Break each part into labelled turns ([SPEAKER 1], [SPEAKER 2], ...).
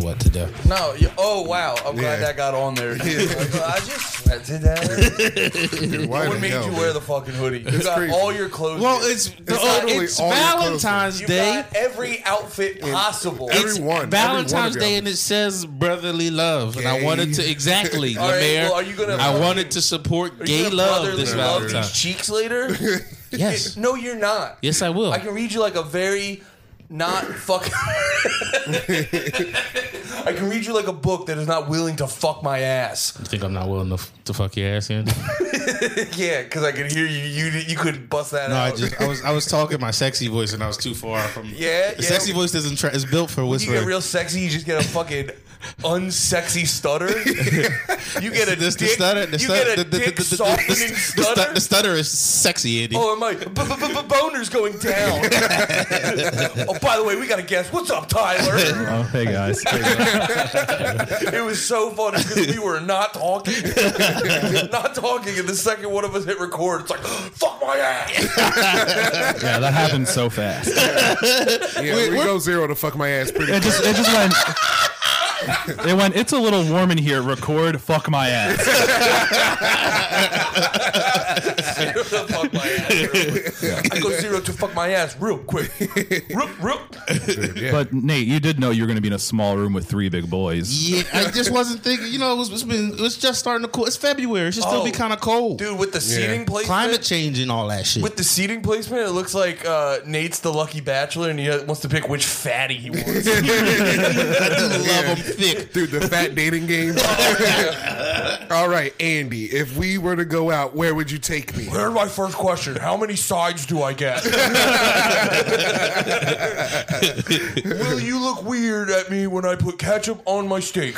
[SPEAKER 1] what to do.
[SPEAKER 2] No. You, oh wow. I'm glad
[SPEAKER 3] Yeah.
[SPEAKER 2] that got on there.
[SPEAKER 3] Yeah.
[SPEAKER 2] I just I did that.
[SPEAKER 3] Why
[SPEAKER 2] What
[SPEAKER 3] the
[SPEAKER 2] made
[SPEAKER 3] hell,
[SPEAKER 2] you
[SPEAKER 3] man?
[SPEAKER 2] wear the fucking hoodie? You got
[SPEAKER 3] crazy.
[SPEAKER 2] all your clothes.
[SPEAKER 1] Well,
[SPEAKER 2] here.
[SPEAKER 1] it's
[SPEAKER 3] literally
[SPEAKER 1] it's
[SPEAKER 3] all your clothes.
[SPEAKER 1] Valentine's
[SPEAKER 2] you
[SPEAKER 1] Day.
[SPEAKER 2] got every outfit possible.
[SPEAKER 3] every-
[SPEAKER 1] It's
[SPEAKER 3] one, every
[SPEAKER 1] Valentine's
[SPEAKER 3] one of y'all.
[SPEAKER 1] Day, and it says brotherly love, and I
[SPEAKER 3] Gay.
[SPEAKER 1] wanted to exactly,
[SPEAKER 2] All right,
[SPEAKER 1] Lemaire.
[SPEAKER 2] well, are you gonna-
[SPEAKER 1] I wanted to support
[SPEAKER 2] Are you
[SPEAKER 1] gay
[SPEAKER 2] gonna
[SPEAKER 1] love
[SPEAKER 2] brotherly
[SPEAKER 1] this
[SPEAKER 2] love
[SPEAKER 1] Valentine's.
[SPEAKER 2] these cheeks later.
[SPEAKER 1] Yes,
[SPEAKER 2] No, you're not.
[SPEAKER 1] yes, I will.
[SPEAKER 2] I can read you like a very not fucking. I can read you like a book that is not willing to fuck my ass.
[SPEAKER 1] you think I'm not willing to, f- to fuck your ass in?
[SPEAKER 2] Yeah, because I could hear you. You you could bust that
[SPEAKER 1] No, I
[SPEAKER 2] out.
[SPEAKER 1] just I was I was talking my sexy voice, and I was too far from.
[SPEAKER 2] Yeah,
[SPEAKER 1] the
[SPEAKER 2] yeah.
[SPEAKER 1] sexy voice doesn't try. It's built for
[SPEAKER 2] you get
[SPEAKER 1] whispering.
[SPEAKER 2] real sexy, you just get a fucking unsexy stutter. you get a
[SPEAKER 1] This- the
[SPEAKER 2] dick,
[SPEAKER 1] stutter, the
[SPEAKER 2] you
[SPEAKER 1] stutter-
[SPEAKER 2] get a
[SPEAKER 1] the- the-
[SPEAKER 2] dick
[SPEAKER 1] the- the- the-
[SPEAKER 2] softening
[SPEAKER 1] the- the stu-
[SPEAKER 2] stutter.
[SPEAKER 1] The stutter is sexy, Andy.
[SPEAKER 2] Oh, am I? Boner's going down. oh, by the way, we got a guest. What's up, Tyler?
[SPEAKER 4] Oh, hey guys.
[SPEAKER 2] It was so funny because we were not talking, not talking, and the second one of us hit record, it's like, fuck my ass.
[SPEAKER 4] yeah, that happened so fast. It
[SPEAKER 3] Yeah, we go zero to fuck my ass pretty quick.
[SPEAKER 4] just it just went It went, it's a little warm in here. Record, fuck my ass.
[SPEAKER 2] fuck my ass. real quick. I go zero to fuck my ass real quick. Roop, roop.
[SPEAKER 4] But Nate, you did know you were going to be in a small room with three big boys.
[SPEAKER 1] Yeah, I just wasn't thinking. You know, it was, it's been it's just starting to cool. It's February. It should still be
[SPEAKER 2] Oh,
[SPEAKER 1] kind of cold.
[SPEAKER 2] Dude, with the seating placement,
[SPEAKER 1] Climate change and all that shit.
[SPEAKER 2] with the seating placement, it looks like uh, Nate's the lucky bachelor, and he wants to pick which fatty he wants.
[SPEAKER 1] love them thick.
[SPEAKER 3] Dude, the fat dating game. All right, Andy, if we were to go out, where would you take me?
[SPEAKER 2] Here's my first question: How many sides do I get? Will you look weird at me when I put ketchup on my steak?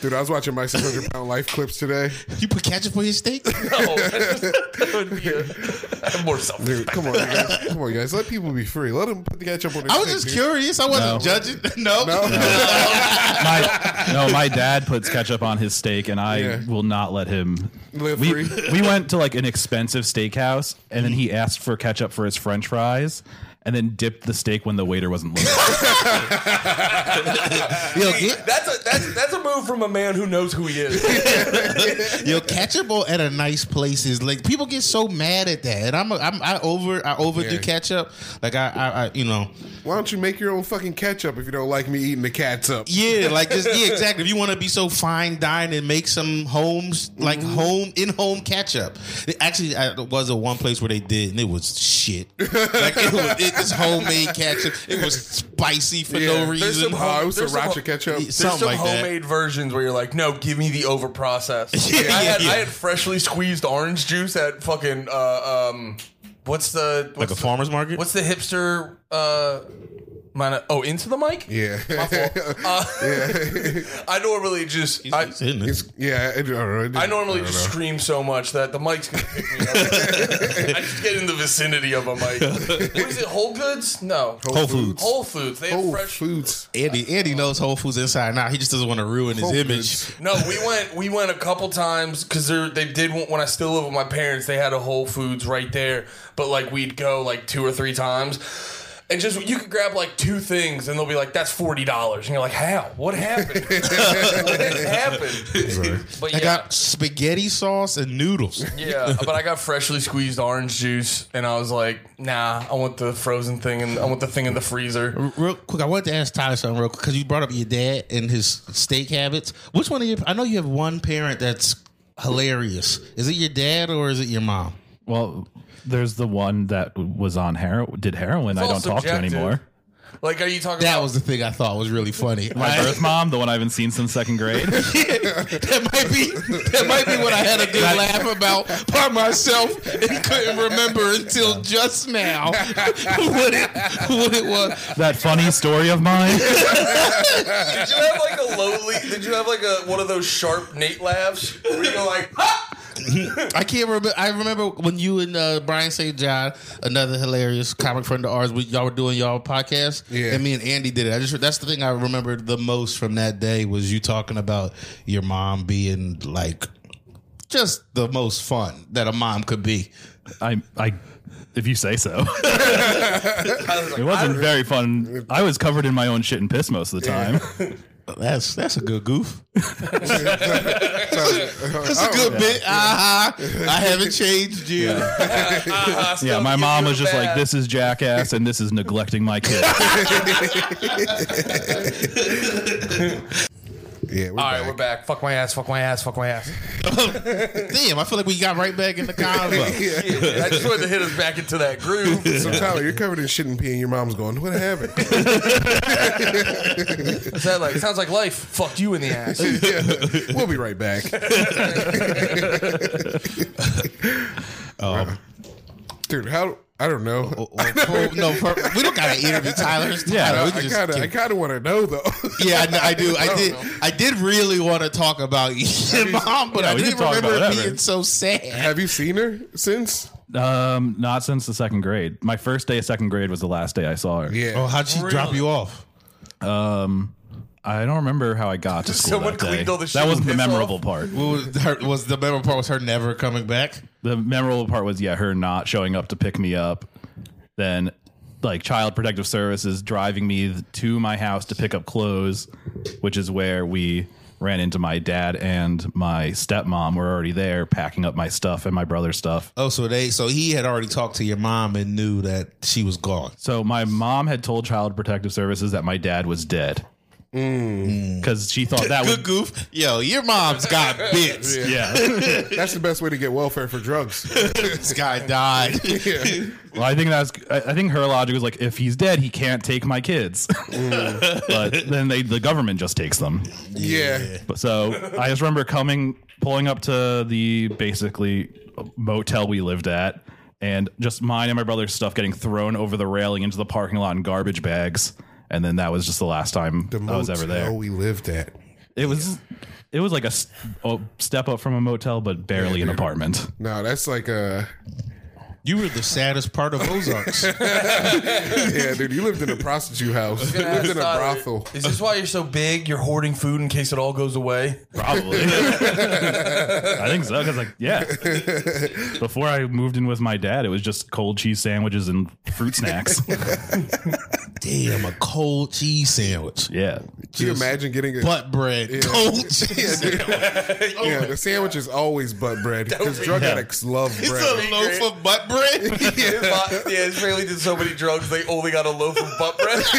[SPEAKER 3] Dude, I was watching my 600 pound life clips today.
[SPEAKER 1] You put ketchup on your steak?
[SPEAKER 2] No, that would be a- I'm more self.
[SPEAKER 3] Dude, come on, you guys. Come on, you guys. Let people be free. Let them put the ketchup on their
[SPEAKER 1] I was
[SPEAKER 3] steak,
[SPEAKER 1] just
[SPEAKER 3] dude. Uh,
[SPEAKER 1] curious. I wasn't judging. No.
[SPEAKER 3] No?
[SPEAKER 4] My, no, my dad puts ketchup on his steak, and I
[SPEAKER 3] Yeah.
[SPEAKER 4] will not let him
[SPEAKER 3] Live
[SPEAKER 4] we,
[SPEAKER 3] free.
[SPEAKER 4] we went to like an expensive steakhouse, and then he asked for ketchup for his French fries, and then dipped the steak when the waiter wasn't looking.
[SPEAKER 1] Yo,
[SPEAKER 2] Hey,
[SPEAKER 1] get,
[SPEAKER 2] That's a that's that's a move from a man who knows who he is.
[SPEAKER 1] yo, ketchup on- at a nice place is like people get so mad at that. And I'm, a, I'm I over I overdo
[SPEAKER 3] Yeah.
[SPEAKER 1] ketchup. Like I, I, I you know.
[SPEAKER 3] Why don't you make your own fucking ketchup if you don't like me eating the cats up?
[SPEAKER 1] Yeah, like just yeah, exactly. If you want to be so fine dine and make some homes like home in home ketchup. It- Actually, I, there was a one place where they did, and it was shit. Like it was it, it's homemade ketchup. It was spicy for
[SPEAKER 3] Yeah,
[SPEAKER 1] no
[SPEAKER 3] there's
[SPEAKER 1] reason.
[SPEAKER 2] some
[SPEAKER 3] Oh, it was
[SPEAKER 2] There's some-
[SPEAKER 3] sriracha ketchup.
[SPEAKER 1] It's-
[SPEAKER 2] There's
[SPEAKER 1] Something
[SPEAKER 2] some
[SPEAKER 1] like that.
[SPEAKER 2] homemade versions where you're like, no, give me the overprocessed.
[SPEAKER 1] Yeah,
[SPEAKER 2] I, had,
[SPEAKER 1] yeah,
[SPEAKER 2] I
[SPEAKER 1] yeah.
[SPEAKER 2] had freshly squeezed orange juice at fucking uh, um, what's the
[SPEAKER 1] Like
[SPEAKER 2] what's
[SPEAKER 1] a
[SPEAKER 2] the-
[SPEAKER 1] farmer's market.
[SPEAKER 2] What's the hipster? Uh, mine, oh, into the mic.
[SPEAKER 3] Yeah.
[SPEAKER 2] Uh, I normally just I,
[SPEAKER 1] It's in it.
[SPEAKER 3] yeah. I, don't know.
[SPEAKER 2] I normally just scream so much that the mic's gonna pick me up. I just get in the vicinity of a mic. What is it? Whole Goods? No.
[SPEAKER 3] Whole Foods.
[SPEAKER 2] Whole Foods. They have
[SPEAKER 3] Whole
[SPEAKER 2] fresh.
[SPEAKER 3] Foods.
[SPEAKER 1] Andy, Andy knows Whole Foods inside now. He just doesn't want to ruin his
[SPEAKER 3] Whole
[SPEAKER 1] image.
[SPEAKER 3] Foods.
[SPEAKER 2] No, we went. We went a couple times because they did when I still lived with my parents. They had a Whole Foods right there, but like we'd go like two or three times. And just you could grab like two things, and they'll be like, "That's forty dollars," and you're like, "How? What happened? what happened?" But yeah,
[SPEAKER 1] I got spaghetti sauce and noodles.
[SPEAKER 2] yeah. But I got freshly squeezed orange juice, and I was like, "Nah, I want the frozen thing, and I want the thing in the freezer."
[SPEAKER 1] Real quick, I wanted to ask Tyler something real quick because you brought up your dad and his steak habits. Which one of your? I know you have one parent that's hilarious. Is it your dad or is it your mom?
[SPEAKER 4] well, there's the one that was on hero did heroin. I
[SPEAKER 2] all
[SPEAKER 4] don't talk to
[SPEAKER 2] subjective.
[SPEAKER 4] anymore.
[SPEAKER 2] Like, are you talking?
[SPEAKER 1] That
[SPEAKER 2] about,
[SPEAKER 1] was the thing I thought was really funny.
[SPEAKER 4] My
[SPEAKER 1] Like,
[SPEAKER 4] birth mom, the one I haven't seen since second grade.
[SPEAKER 1] that might be that might be what I had a good laugh about by myself and couldn't remember until just now what it what it was.
[SPEAKER 4] that funny story of mine.
[SPEAKER 2] Did you have like a lowly? Did you have like a one of those sharp Nate laughs where you go like, "Ha!"
[SPEAKER 1] I can't remember. I remember when you and uh, Brian St. John, another hilarious comic friend of ours, we, y'all were doing y'all podcast,
[SPEAKER 3] Yeah.
[SPEAKER 1] and me and Andy did it. I just that's the thing I remember the most from that day was you talking about your mom being like just the most fun that a mom could be.
[SPEAKER 4] I, I, if you say so.
[SPEAKER 2] I was like,
[SPEAKER 4] It wasn't very fun. I was covered in my own shit and piss most of the time.
[SPEAKER 1] That's that's a good goof. That's a
[SPEAKER 3] Oh,
[SPEAKER 1] good bit. Ah, I haven't changed you.
[SPEAKER 2] "Ah, still
[SPEAKER 4] Yeah, my
[SPEAKER 2] give
[SPEAKER 4] mom
[SPEAKER 2] you
[SPEAKER 4] was
[SPEAKER 2] a
[SPEAKER 4] just
[SPEAKER 2] bad."
[SPEAKER 4] like, "This is jackass, and this is neglecting my kid."
[SPEAKER 3] yeah, we're
[SPEAKER 2] All right,
[SPEAKER 3] back.
[SPEAKER 2] we're back. Fuck my ass. Fuck my ass. Fuck my ass.
[SPEAKER 1] Damn, I feel like we got right back in the convo.
[SPEAKER 2] I just wanted to hit us back into that groove.
[SPEAKER 3] So Tyler, you're covered in shit and pee, and your mom's going, "What happened?"
[SPEAKER 2] Is that like sounds like life? Fucked you in the ass.
[SPEAKER 3] Yeah. We'll be right back. Um, Dude, how? I don't know.
[SPEAKER 1] Well, no, per- we don't gotta interview Tyler. It's
[SPEAKER 4] Yeah,
[SPEAKER 1] Tyler.
[SPEAKER 3] I
[SPEAKER 1] We can just
[SPEAKER 3] kind of, I
[SPEAKER 1] keep-
[SPEAKER 3] kind of want to know though.
[SPEAKER 1] yeah, I, kn- I do. I did. I did really want to talk about your mom, but I
[SPEAKER 4] we can
[SPEAKER 1] didn't
[SPEAKER 4] talk
[SPEAKER 1] remember
[SPEAKER 4] about
[SPEAKER 1] it
[SPEAKER 4] whatever.
[SPEAKER 1] being so sad.
[SPEAKER 3] Have you seen her since?
[SPEAKER 4] Um, not since the second grade. My first day of second grade was the last day I saw her.
[SPEAKER 3] Yeah.
[SPEAKER 1] Oh, how'd she drop you off?
[SPEAKER 4] I don't remember how I got to school
[SPEAKER 2] Someone
[SPEAKER 4] that day.
[SPEAKER 2] cleaned all the shit
[SPEAKER 4] that wasn't the
[SPEAKER 2] and piss
[SPEAKER 4] memorable
[SPEAKER 2] off?
[SPEAKER 4] part.
[SPEAKER 1] Was, her, was the memorable part was her never coming back?
[SPEAKER 4] The memorable part was yeah, her not showing up to pick me up. Then like child protective services driving me th- to my house to pick up clothes, which is where we ran into my dad and my stepmom were already there packing up my stuff and my brother's stuff.
[SPEAKER 1] Oh, so they so he had already talked to your mom and knew that she was gone.
[SPEAKER 4] So my mom had told child protective services that my dad was dead. Cuz she thought that
[SPEAKER 1] Good
[SPEAKER 4] would
[SPEAKER 1] goof, yo, your mom's got bits.
[SPEAKER 4] yeah.
[SPEAKER 3] That's the best way to get welfare for drugs.
[SPEAKER 1] This guy died.
[SPEAKER 4] Well, I think that's. I I think her logic was like, if he's dead, he can't take my kids. but then they, the government just takes them.
[SPEAKER 3] Yeah.
[SPEAKER 4] But so I just remember coming, pulling up to the basically motel we lived at, and just mine and my brother's stuff getting thrown over the railing into the parking lot in garbage bags. And then that was just the last time
[SPEAKER 3] The
[SPEAKER 4] I was ever
[SPEAKER 3] motel
[SPEAKER 4] there.
[SPEAKER 3] we lived at.
[SPEAKER 4] It was, it was like a, s- a step up from a motel, but barely an apartment.
[SPEAKER 3] No, that's like a
[SPEAKER 1] you were the saddest part of Ozarks.
[SPEAKER 3] yeah, dude. You lived in a prostitute house. You lived in a brothel.
[SPEAKER 2] Is this why you're so big? You're hoarding food in case it all goes away.
[SPEAKER 4] Probably. I think so. Cause like, yeah. Before I moved in with my dad, it was just cold cheese sandwiches and fruit snacks.
[SPEAKER 1] Damn, a cold cheese sandwich,
[SPEAKER 4] yeah.
[SPEAKER 3] Can you imagine getting a
[SPEAKER 1] butt bread, cold cheese. Oh
[SPEAKER 3] yeah? The sandwich is always butt bread because
[SPEAKER 2] be-
[SPEAKER 3] drug
[SPEAKER 4] Yeah.
[SPEAKER 3] addicts love bread.
[SPEAKER 1] It's a loaf of butt bread.
[SPEAKER 2] His mo- yeah, his family did so many drugs they only got a loaf of butt bread.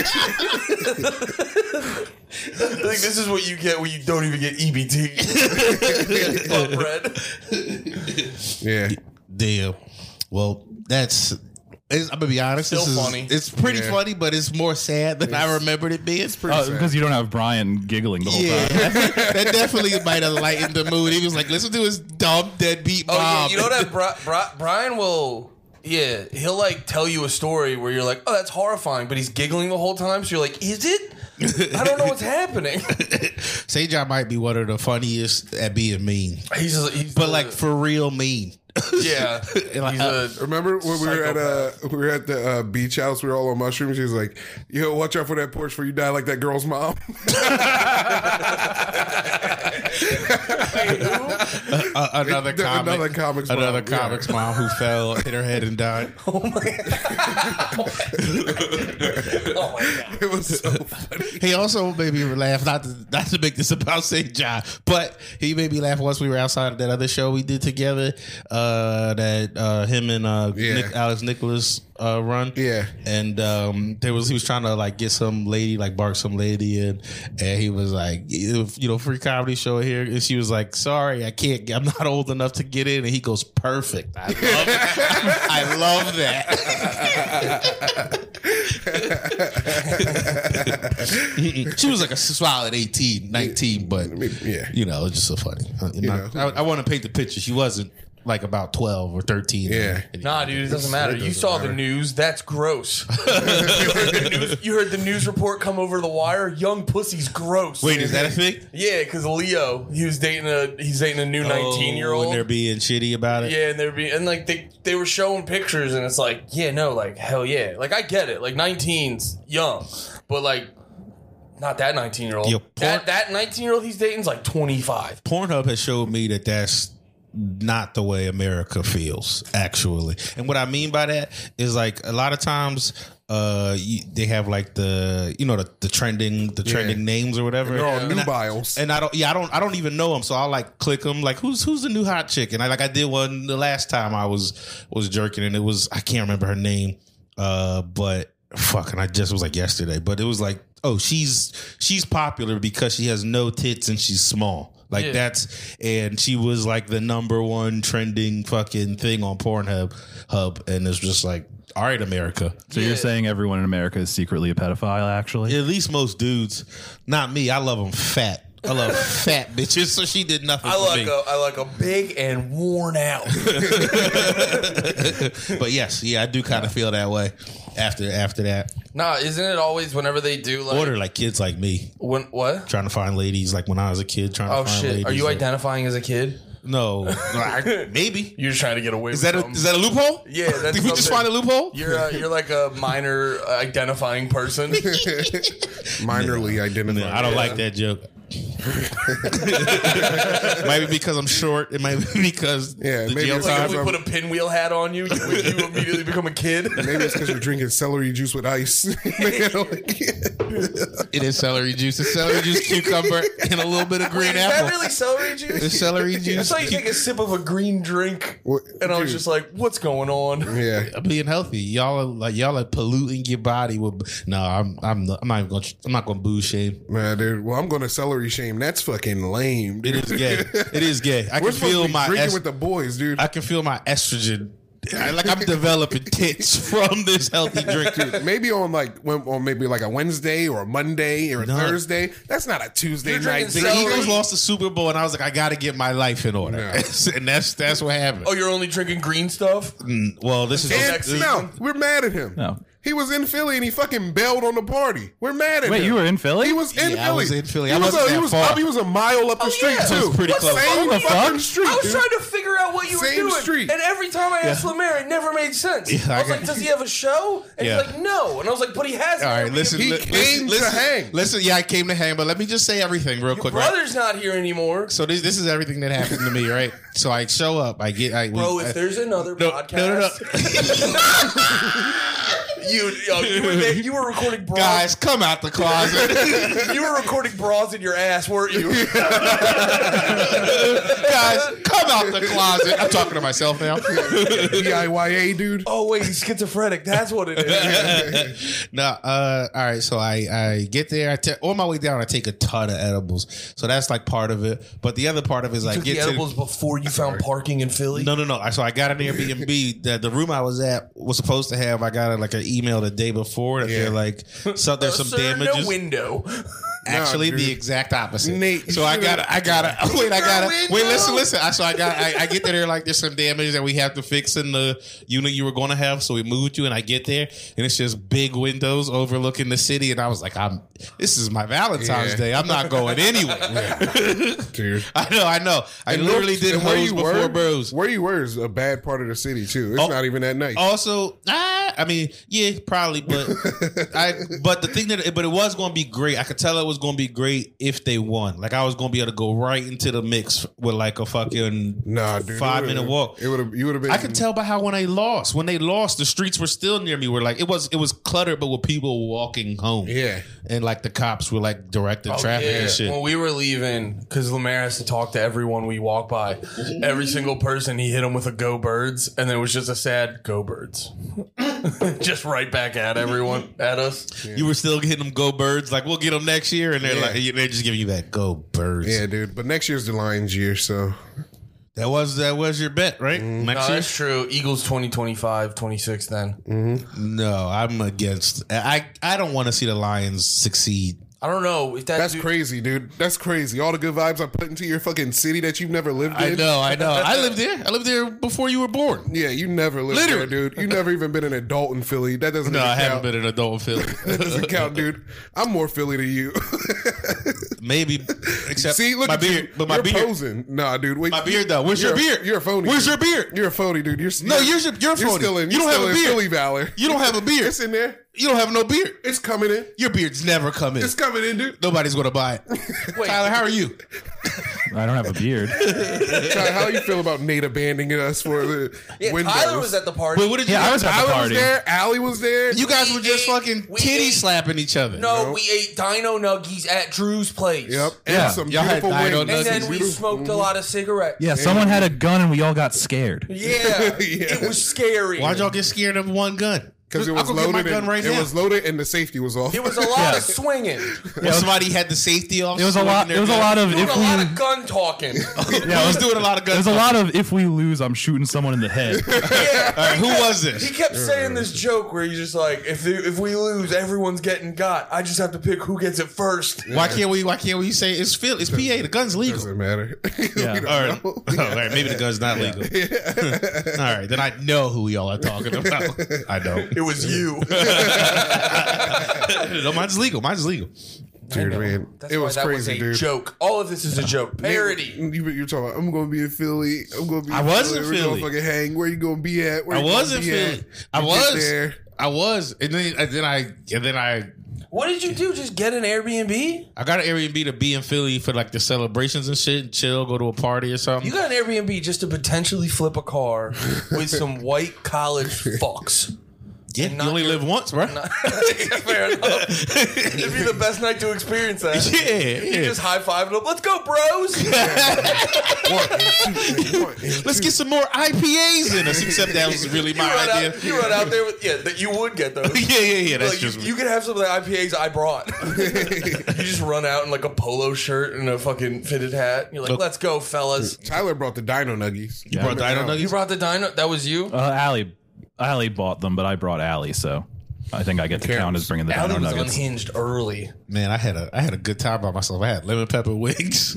[SPEAKER 2] like this is what you get when you don't even get E EBT. butt bread.
[SPEAKER 3] yeah.
[SPEAKER 1] Damn. Well, that's. It's, I'm gonna be honest.
[SPEAKER 2] Still
[SPEAKER 1] this is,
[SPEAKER 2] funny.
[SPEAKER 1] It's pretty
[SPEAKER 3] Yeah.
[SPEAKER 1] funny, but it's more sad than I remembered it being. It's Oh, pretty.
[SPEAKER 4] Uh, because you don't have Brian giggling the whole
[SPEAKER 1] yeah,
[SPEAKER 4] time.
[SPEAKER 1] that definitely might have lightened the mood. He was like, "Listen to his dumb deadbeat
[SPEAKER 2] Oh,
[SPEAKER 1] mom."
[SPEAKER 2] yeah, you know that Bri- Bri- Brian will. Yeah, he'll like tell you a story where you're like, "Oh, that's horrifying," but he's giggling the whole time. So you're like, "Is it? I don't know what's happening."
[SPEAKER 1] Say John might be one of the funniest at being mean,
[SPEAKER 2] He's, just, he's
[SPEAKER 1] but
[SPEAKER 2] the-
[SPEAKER 1] like for uh, real mean.
[SPEAKER 2] yeah, he's a,
[SPEAKER 3] Remember when we were at uh we were at the uh, beach house? We were all on mushrooms. She was like, "Yo, watch out for that porch before you die, like that girl's mom."
[SPEAKER 1] Uh, another
[SPEAKER 3] The-
[SPEAKER 1] comic,
[SPEAKER 3] another comics mom,
[SPEAKER 1] another
[SPEAKER 3] yeah.
[SPEAKER 1] comics mom who fell, hit her head, and died.
[SPEAKER 2] oh my god,
[SPEAKER 3] it was so funny.
[SPEAKER 1] He also made me laugh. Not to, not to make this about St. John, but he made me laugh once we were outside of that other show we did together. Uh, that uh, him and uh,
[SPEAKER 3] Yeah.
[SPEAKER 1] Nick, Alex Nicholas uh, run.
[SPEAKER 3] Yeah.
[SPEAKER 1] and um, there was he was trying to like get some lady like bark some lady in, and he was like, you know, free comedy show here, and she was like, sorry, I can't, I'm not old enough to get in, and he goes, perfect. I love, I love that. she was like a solid 18, 19, but
[SPEAKER 3] yeah.
[SPEAKER 1] you know, it's just so funny. Uh, not-
[SPEAKER 3] know.
[SPEAKER 1] I, I want to paint the picture. She wasn't like about 12 or 13.
[SPEAKER 3] Yeah.
[SPEAKER 2] nah, dude, it doesn't matter. you saw the news. That's gross. you, heard the news, you heard the news report come over the wire. Young pussy's gross.
[SPEAKER 1] Wait, is that a thing?
[SPEAKER 2] yeah, because Leo, he was dating a he's dating a new 19 year
[SPEAKER 1] Oh,
[SPEAKER 2] old.
[SPEAKER 1] when they're being shitty about it.
[SPEAKER 2] Yeah, and they're being and like they they were showing pictures, and it's like, yeah, no, like hell yeah, like I get it, like 19's young, but like not that nineteen year old.
[SPEAKER 1] Yeah, porn-
[SPEAKER 2] That that nineteen year old he's dating's like twenty five.
[SPEAKER 1] Pornhub has showed me that that's not the way America feels, actually. And what I mean by that is like a lot of times uh you, they have like the you know the, the trending the trending names or whatever.
[SPEAKER 3] They're all
[SPEAKER 1] And I-
[SPEAKER 3] nubiles.
[SPEAKER 1] and I don't, yeah, I don't, I don't even know them. So I like click them, like who's who's the new hot chick? And I like I did one the last time I was was jerking, and it was I can't remember her name, uh, but fuck, and I just it was like yesterday, but it was like oh she's she's popular because she has no tits and she's small. Like
[SPEAKER 2] Yeah.
[SPEAKER 1] that's and she was like the number one trending fucking thing on Pornhub hub and it's just like all right America.
[SPEAKER 4] So you're saying everyone in America is secretly a pedophile? Actually,
[SPEAKER 1] At least most dudes, not me. I love them fat. I love fat bitches. So she did nothing.
[SPEAKER 2] I
[SPEAKER 1] for
[SPEAKER 2] like
[SPEAKER 1] me.
[SPEAKER 2] a I like a big and worn out.
[SPEAKER 1] But yes, yeah, I do kind of feel that way after after that.
[SPEAKER 2] nah, isn't it always whenever they do like
[SPEAKER 1] Order like kids like me
[SPEAKER 2] when what?
[SPEAKER 1] trying to find ladies like when I was a kid trying to
[SPEAKER 2] Oh
[SPEAKER 1] find
[SPEAKER 2] shit!
[SPEAKER 1] ladies.
[SPEAKER 2] Are you
[SPEAKER 1] like,
[SPEAKER 2] identifying as a kid?
[SPEAKER 1] No, I- maybe.
[SPEAKER 2] You're just trying to get away.
[SPEAKER 1] Is that a, is that a loophole?
[SPEAKER 2] Yeah, that's
[SPEAKER 1] Did we just
[SPEAKER 2] something.
[SPEAKER 1] find a loophole?
[SPEAKER 2] you're uh, you're like a minor identifying person.
[SPEAKER 3] Minorly identified.
[SPEAKER 1] I don't like that joke. might be because I'm short. It might be because
[SPEAKER 3] Yeah,
[SPEAKER 1] the
[SPEAKER 3] maybe
[SPEAKER 1] jail
[SPEAKER 3] it's
[SPEAKER 1] time.
[SPEAKER 2] Like if we put a pinwheel hat on you, you, you immediately become a kid.
[SPEAKER 3] Maybe it's because you're drinking celery juice with ice.
[SPEAKER 1] It is celery juice. It's celery juice, cucumber, and a little bit of green
[SPEAKER 2] Is
[SPEAKER 1] apple.
[SPEAKER 2] that really celery juice?
[SPEAKER 1] It's celery
[SPEAKER 2] I
[SPEAKER 1] juice.
[SPEAKER 2] saw you take a sip of a green drink,
[SPEAKER 3] What-
[SPEAKER 2] and I was
[SPEAKER 3] dude.
[SPEAKER 2] just like, "What's going on?"
[SPEAKER 3] yeah.
[SPEAKER 1] I'm being healthy. Y'all are like y'all are polluting your body with. No, I'm I'm not, I'm not even going. to I'm not going to boo shame.
[SPEAKER 3] Man, dude. Well, I'm going to celery shame. That's fucking lame.
[SPEAKER 1] It
[SPEAKER 3] Dude.
[SPEAKER 1] is gay. It is gay. I
[SPEAKER 3] We're
[SPEAKER 1] can
[SPEAKER 3] supposed to
[SPEAKER 1] feel
[SPEAKER 3] be
[SPEAKER 1] my
[SPEAKER 3] drinking
[SPEAKER 1] est-
[SPEAKER 3] with the boys, dude.
[SPEAKER 1] I can feel my estrogen. I, like I'm developing tits from this healthy drink.
[SPEAKER 3] maybe on like when, on maybe like a Wednesday or a Monday or a
[SPEAKER 1] No.
[SPEAKER 3] Thursday. That's not a Tuesday
[SPEAKER 2] You're
[SPEAKER 3] night.
[SPEAKER 2] drinking
[SPEAKER 3] thing.
[SPEAKER 1] The
[SPEAKER 2] Celery?
[SPEAKER 1] Eagles lost the Super Bowl, and I was like, I got to get my life in order,
[SPEAKER 3] No.
[SPEAKER 1] and that's that's what happened.
[SPEAKER 2] Oh, you're only drinking green stuff.
[SPEAKER 1] Oh, well, this is
[SPEAKER 3] And
[SPEAKER 2] next
[SPEAKER 1] this-
[SPEAKER 3] no, we're mad at him.
[SPEAKER 4] No.
[SPEAKER 3] He was in Philly and he fucking bailed on the party. We're mad at him.
[SPEAKER 4] wait, you were in Philly?
[SPEAKER 3] He was in
[SPEAKER 1] Yeah, I
[SPEAKER 3] Philly.
[SPEAKER 1] was in Philly.
[SPEAKER 3] He
[SPEAKER 1] I
[SPEAKER 3] was,
[SPEAKER 1] wasn't
[SPEAKER 3] a, he,
[SPEAKER 1] that
[SPEAKER 3] was
[SPEAKER 1] far.
[SPEAKER 3] up, he was a mile up the street
[SPEAKER 2] yeah.
[SPEAKER 1] It
[SPEAKER 3] too.
[SPEAKER 1] Oh, was pretty
[SPEAKER 3] What
[SPEAKER 1] close.
[SPEAKER 3] Same
[SPEAKER 4] What the
[SPEAKER 3] Oh, fucking
[SPEAKER 4] fuck?
[SPEAKER 3] street.
[SPEAKER 2] I was
[SPEAKER 3] dude.
[SPEAKER 2] trying to figure out what you
[SPEAKER 3] Same
[SPEAKER 2] were doing,
[SPEAKER 3] street.
[SPEAKER 2] and every time I asked Lemaire, it never made sense.
[SPEAKER 1] Yeah,
[SPEAKER 2] I
[SPEAKER 1] I
[SPEAKER 2] was like,
[SPEAKER 1] got-
[SPEAKER 2] "Does he have a show?" And
[SPEAKER 1] Yeah.
[SPEAKER 2] he's like, "No," and I was like, "But he has."
[SPEAKER 1] All
[SPEAKER 2] an
[SPEAKER 1] right,
[SPEAKER 2] Airbnb."
[SPEAKER 1] listen.
[SPEAKER 3] He
[SPEAKER 1] li-
[SPEAKER 3] came
[SPEAKER 1] listen,
[SPEAKER 3] to
[SPEAKER 1] listen,
[SPEAKER 3] hang.
[SPEAKER 1] Listen, yeah, I came to hang, but let me just say everything real quick. right?
[SPEAKER 2] Brother's not here anymore,
[SPEAKER 1] So this this is everything that happened to me, right? So I show up, I get, I,
[SPEAKER 2] bro.
[SPEAKER 1] I-
[SPEAKER 2] If there's another
[SPEAKER 1] no, no,
[SPEAKER 2] podcast,
[SPEAKER 1] no, no.
[SPEAKER 2] you yo, you, were there- you were recording bras.
[SPEAKER 1] guys, come out the closet,
[SPEAKER 2] You were recording bras in your ass, weren't you?
[SPEAKER 1] guys, come out the closet. I'm talking to myself now.
[SPEAKER 3] DIYA dude.
[SPEAKER 2] oh wait, he's schizophrenic. That's what it is.
[SPEAKER 1] no, uh, all right. So I I get there. I te- on my way down, I take a ton of edibles. So that's like part of it. But the other part of it is I
[SPEAKER 2] Took
[SPEAKER 1] get
[SPEAKER 2] the
[SPEAKER 1] to
[SPEAKER 2] edibles before you found parking in Philly.
[SPEAKER 1] No, no, no. So I got an Airbnb that the room I was at was supposed to have. I got like an email the day before that they're like, so there's some
[SPEAKER 2] Sir,
[SPEAKER 1] damages.
[SPEAKER 2] No window.
[SPEAKER 1] Actually,
[SPEAKER 3] Nah, dude.
[SPEAKER 1] the exact opposite.
[SPEAKER 3] Nate,
[SPEAKER 1] so I
[SPEAKER 3] you
[SPEAKER 1] gotta, I gotta, wait, I gotta,
[SPEAKER 2] window.
[SPEAKER 1] wait, listen, listen. I, so I got, I, I get there, they're like, there's some damage that we have to fix in the unit you were going to have. So we moved you, and I get there, and it's just big windows overlooking the city. And I was like, I'm, this is my Valentine's
[SPEAKER 3] Yeah.
[SPEAKER 1] Day. I'm not going anywhere.
[SPEAKER 3] Dude.
[SPEAKER 1] I know, I know. I literally did
[SPEAKER 3] And where
[SPEAKER 1] hoes
[SPEAKER 3] you
[SPEAKER 1] before
[SPEAKER 3] were-
[SPEAKER 1] bros.
[SPEAKER 3] Where you were is a bad part of the city too. It's
[SPEAKER 1] Oh.
[SPEAKER 3] not even that nice.
[SPEAKER 1] Also, ah, I mean, yeah, probably, but I. But the thing that, but it was going to be great. I could tell it was going to be great if they won. Like I was going to be able to go right into the mix with like a fucking
[SPEAKER 3] Nah, dude. it
[SPEAKER 1] five
[SPEAKER 3] would've-
[SPEAKER 1] minute walk.
[SPEAKER 3] It would have. You would have been.
[SPEAKER 1] I could tell by how when they lost, when they lost, the streets were still near me. Were like it was it was cluttered, but with people walking home.
[SPEAKER 3] Yeah. Oh,
[SPEAKER 1] and like the cops were like directing traffic
[SPEAKER 2] Yeah,
[SPEAKER 1] and shit.
[SPEAKER 2] When we were leaving, because Lemaire has to talk to everyone we walk by, every single person he hit him with a "Go Birds," and there was just a sad "Go Birds," just right back at everyone at us.
[SPEAKER 1] you were still getting them go birds. Like we'll get them next year, and they're like they're just giving you that go birds.
[SPEAKER 3] Yeah, dude. But next year's the Lions year, so
[SPEAKER 1] That was that was your bet, right?
[SPEAKER 3] Mm-hmm.
[SPEAKER 1] Next
[SPEAKER 2] No,
[SPEAKER 1] year,
[SPEAKER 2] that's true. Eagles 2025, 26 Then
[SPEAKER 1] No, I'm against. I I don't want to see the Lions succeed.
[SPEAKER 2] I don't know if that
[SPEAKER 3] that's
[SPEAKER 2] dude-
[SPEAKER 3] crazy, dude. That's crazy. All the good vibes I put into your fucking city that you've never lived in.
[SPEAKER 1] I know, I know. I lived there. I lived there before you were born.
[SPEAKER 3] Yeah, you never lived
[SPEAKER 1] Literally.
[SPEAKER 3] there, dude. You never even been an adult in Philly. That doesn't.
[SPEAKER 1] No,
[SPEAKER 3] even
[SPEAKER 1] I haven't
[SPEAKER 3] count.
[SPEAKER 1] been an adult in Philly.
[SPEAKER 3] That doesn't count, dude. I'm more Philly than you.
[SPEAKER 1] Maybe, except
[SPEAKER 3] See, look
[SPEAKER 1] my
[SPEAKER 3] at
[SPEAKER 1] beard.
[SPEAKER 3] you.
[SPEAKER 1] But my
[SPEAKER 3] You're
[SPEAKER 1] beard,
[SPEAKER 3] posing. Nah, dude. Wait,
[SPEAKER 1] my beard though. Where's
[SPEAKER 3] You're
[SPEAKER 1] your
[SPEAKER 3] a-
[SPEAKER 1] beard?
[SPEAKER 3] You're a phony.
[SPEAKER 1] Where's
[SPEAKER 3] dude.
[SPEAKER 1] your beard?
[SPEAKER 3] You're a phony, dude. You're
[SPEAKER 1] No, you're you're, you're a
[SPEAKER 3] You're
[SPEAKER 1] phony.
[SPEAKER 3] still in.
[SPEAKER 1] you
[SPEAKER 3] you're
[SPEAKER 1] don't have a
[SPEAKER 3] still in Philly
[SPEAKER 1] beard.
[SPEAKER 3] Valor.
[SPEAKER 1] You don't have a beard.
[SPEAKER 3] It's in there.
[SPEAKER 1] You don't have no beard.
[SPEAKER 3] It's coming in.
[SPEAKER 1] Your beard's never coming.
[SPEAKER 3] It's coming in, dude.
[SPEAKER 1] Nobody's gonna buy it. Tyler, how are you?
[SPEAKER 4] I don't have a beard.
[SPEAKER 3] Ty, how you feel about Nate abandoning us for the
[SPEAKER 2] Yeah,
[SPEAKER 3] windows?
[SPEAKER 2] Tyler was at the party.
[SPEAKER 1] Wait, what did you?
[SPEAKER 4] Yeah, I was at
[SPEAKER 3] Tyler
[SPEAKER 4] the
[SPEAKER 3] was
[SPEAKER 4] party.
[SPEAKER 3] there. Allie was there.
[SPEAKER 1] you guys were just
[SPEAKER 2] We ate-
[SPEAKER 1] fucking
[SPEAKER 2] we
[SPEAKER 1] titty
[SPEAKER 2] ate-
[SPEAKER 1] slapping each other.
[SPEAKER 2] no, we ate Dino Nuggies at Drew's place.
[SPEAKER 3] Yep. And
[SPEAKER 4] Yeah.
[SPEAKER 3] some
[SPEAKER 1] Y'all had
[SPEAKER 3] beautiful
[SPEAKER 1] Dino
[SPEAKER 3] wings.
[SPEAKER 2] And
[SPEAKER 1] Nuggets.
[SPEAKER 2] then we smoked a lot of cigarettes.
[SPEAKER 4] Yeah, someone had a gun and we all got scared.
[SPEAKER 2] Yeah.
[SPEAKER 3] Yeah.
[SPEAKER 2] It was scary.
[SPEAKER 1] Why'd y'all get scared of one gun?
[SPEAKER 3] Because it
[SPEAKER 1] I'll
[SPEAKER 3] was
[SPEAKER 1] go get my
[SPEAKER 3] loaded.
[SPEAKER 1] gun
[SPEAKER 3] And,
[SPEAKER 1] right
[SPEAKER 3] it
[SPEAKER 1] now.
[SPEAKER 3] was loaded and the safety was off.
[SPEAKER 2] It was a lot
[SPEAKER 4] Yeah.
[SPEAKER 2] of swinging.
[SPEAKER 1] Well, somebody had the safety off.
[SPEAKER 4] It was a lot. It was a lot of
[SPEAKER 2] Doing
[SPEAKER 4] if
[SPEAKER 2] a lot of
[SPEAKER 4] we.
[SPEAKER 2] gun talking.
[SPEAKER 1] Yeah, I was doing a lot of
[SPEAKER 4] There's
[SPEAKER 1] guns.
[SPEAKER 4] a lot of if we lose, I'm shooting someone in the head.
[SPEAKER 2] Yeah.
[SPEAKER 1] All right, who was this?
[SPEAKER 2] He kept saying this joke where he's just like, if they, if we lose, everyone's getting got. I just have to pick who gets it first.
[SPEAKER 1] Why can't we? Why can't we say it's Phil? It's PA. The gun's legal.
[SPEAKER 3] Doesn't matter.
[SPEAKER 4] Yeah.
[SPEAKER 3] We don't
[SPEAKER 1] All right.
[SPEAKER 3] know.
[SPEAKER 1] All right. Maybe the gun's not legal. All right. Then I know who y'all are talking about. I know.
[SPEAKER 2] It was you.
[SPEAKER 1] no, mine's legal. Mine's legal.
[SPEAKER 3] Dude, man,
[SPEAKER 2] That's
[SPEAKER 3] it
[SPEAKER 2] why
[SPEAKER 3] was
[SPEAKER 2] that
[SPEAKER 3] crazy,
[SPEAKER 2] was a
[SPEAKER 3] dude.
[SPEAKER 2] joke. All of this is a joke. Parody.
[SPEAKER 3] You, you're talking. About, I'm going to be in Philly. I'm going to be.
[SPEAKER 1] I was in
[SPEAKER 3] We're
[SPEAKER 1] Philly.
[SPEAKER 3] gonna fucking hang. Where you going to be at? Where
[SPEAKER 1] I
[SPEAKER 3] you
[SPEAKER 1] was
[SPEAKER 3] gonna
[SPEAKER 1] in
[SPEAKER 3] be
[SPEAKER 1] Philly.
[SPEAKER 3] at?
[SPEAKER 1] I
[SPEAKER 3] You
[SPEAKER 1] was.
[SPEAKER 3] get there.
[SPEAKER 1] I was, and then and then I and then I
[SPEAKER 2] What did you do? Just get an Airbnb?
[SPEAKER 1] I got an Airbnb to be in Philly for like the celebrations and shit, and chill, go to a party or something.
[SPEAKER 2] You got an Airbnb just to potentially flip a car with some white college fucks.
[SPEAKER 1] yeah, you
[SPEAKER 2] not
[SPEAKER 1] only
[SPEAKER 2] your-
[SPEAKER 1] live once, bro.
[SPEAKER 2] Fair enough. It'd be the best night to experience that.
[SPEAKER 1] yeah,
[SPEAKER 2] You
[SPEAKER 1] yeah.
[SPEAKER 2] just high fived up. Let's go, bros.
[SPEAKER 1] Let's get some more IPAs in us. Except that was really my
[SPEAKER 2] you run
[SPEAKER 1] idea.
[SPEAKER 2] Out, you run out there with yeah, that you would get those.
[SPEAKER 1] yeah, yeah, yeah. That's
[SPEAKER 2] Like,
[SPEAKER 1] just
[SPEAKER 2] you, you can have some of the IPAs I brought. you just run out in like a polo shirt and a fucking fitted hat. You're like, let's go, fellas.
[SPEAKER 3] Tyler brought the Dino Nuggies. You
[SPEAKER 1] brought the Dino
[SPEAKER 2] You
[SPEAKER 1] Nuggets.
[SPEAKER 2] brought the dino. That was you.
[SPEAKER 4] Uh, Allie, Allie bought them, but I brought Allie, so I think I get to count as bringing the
[SPEAKER 2] Allie
[SPEAKER 4] dino
[SPEAKER 2] was
[SPEAKER 4] nuggets.
[SPEAKER 2] unhinged early.
[SPEAKER 1] Man, I had a I had a good time by myself. I had lemon pepper wings.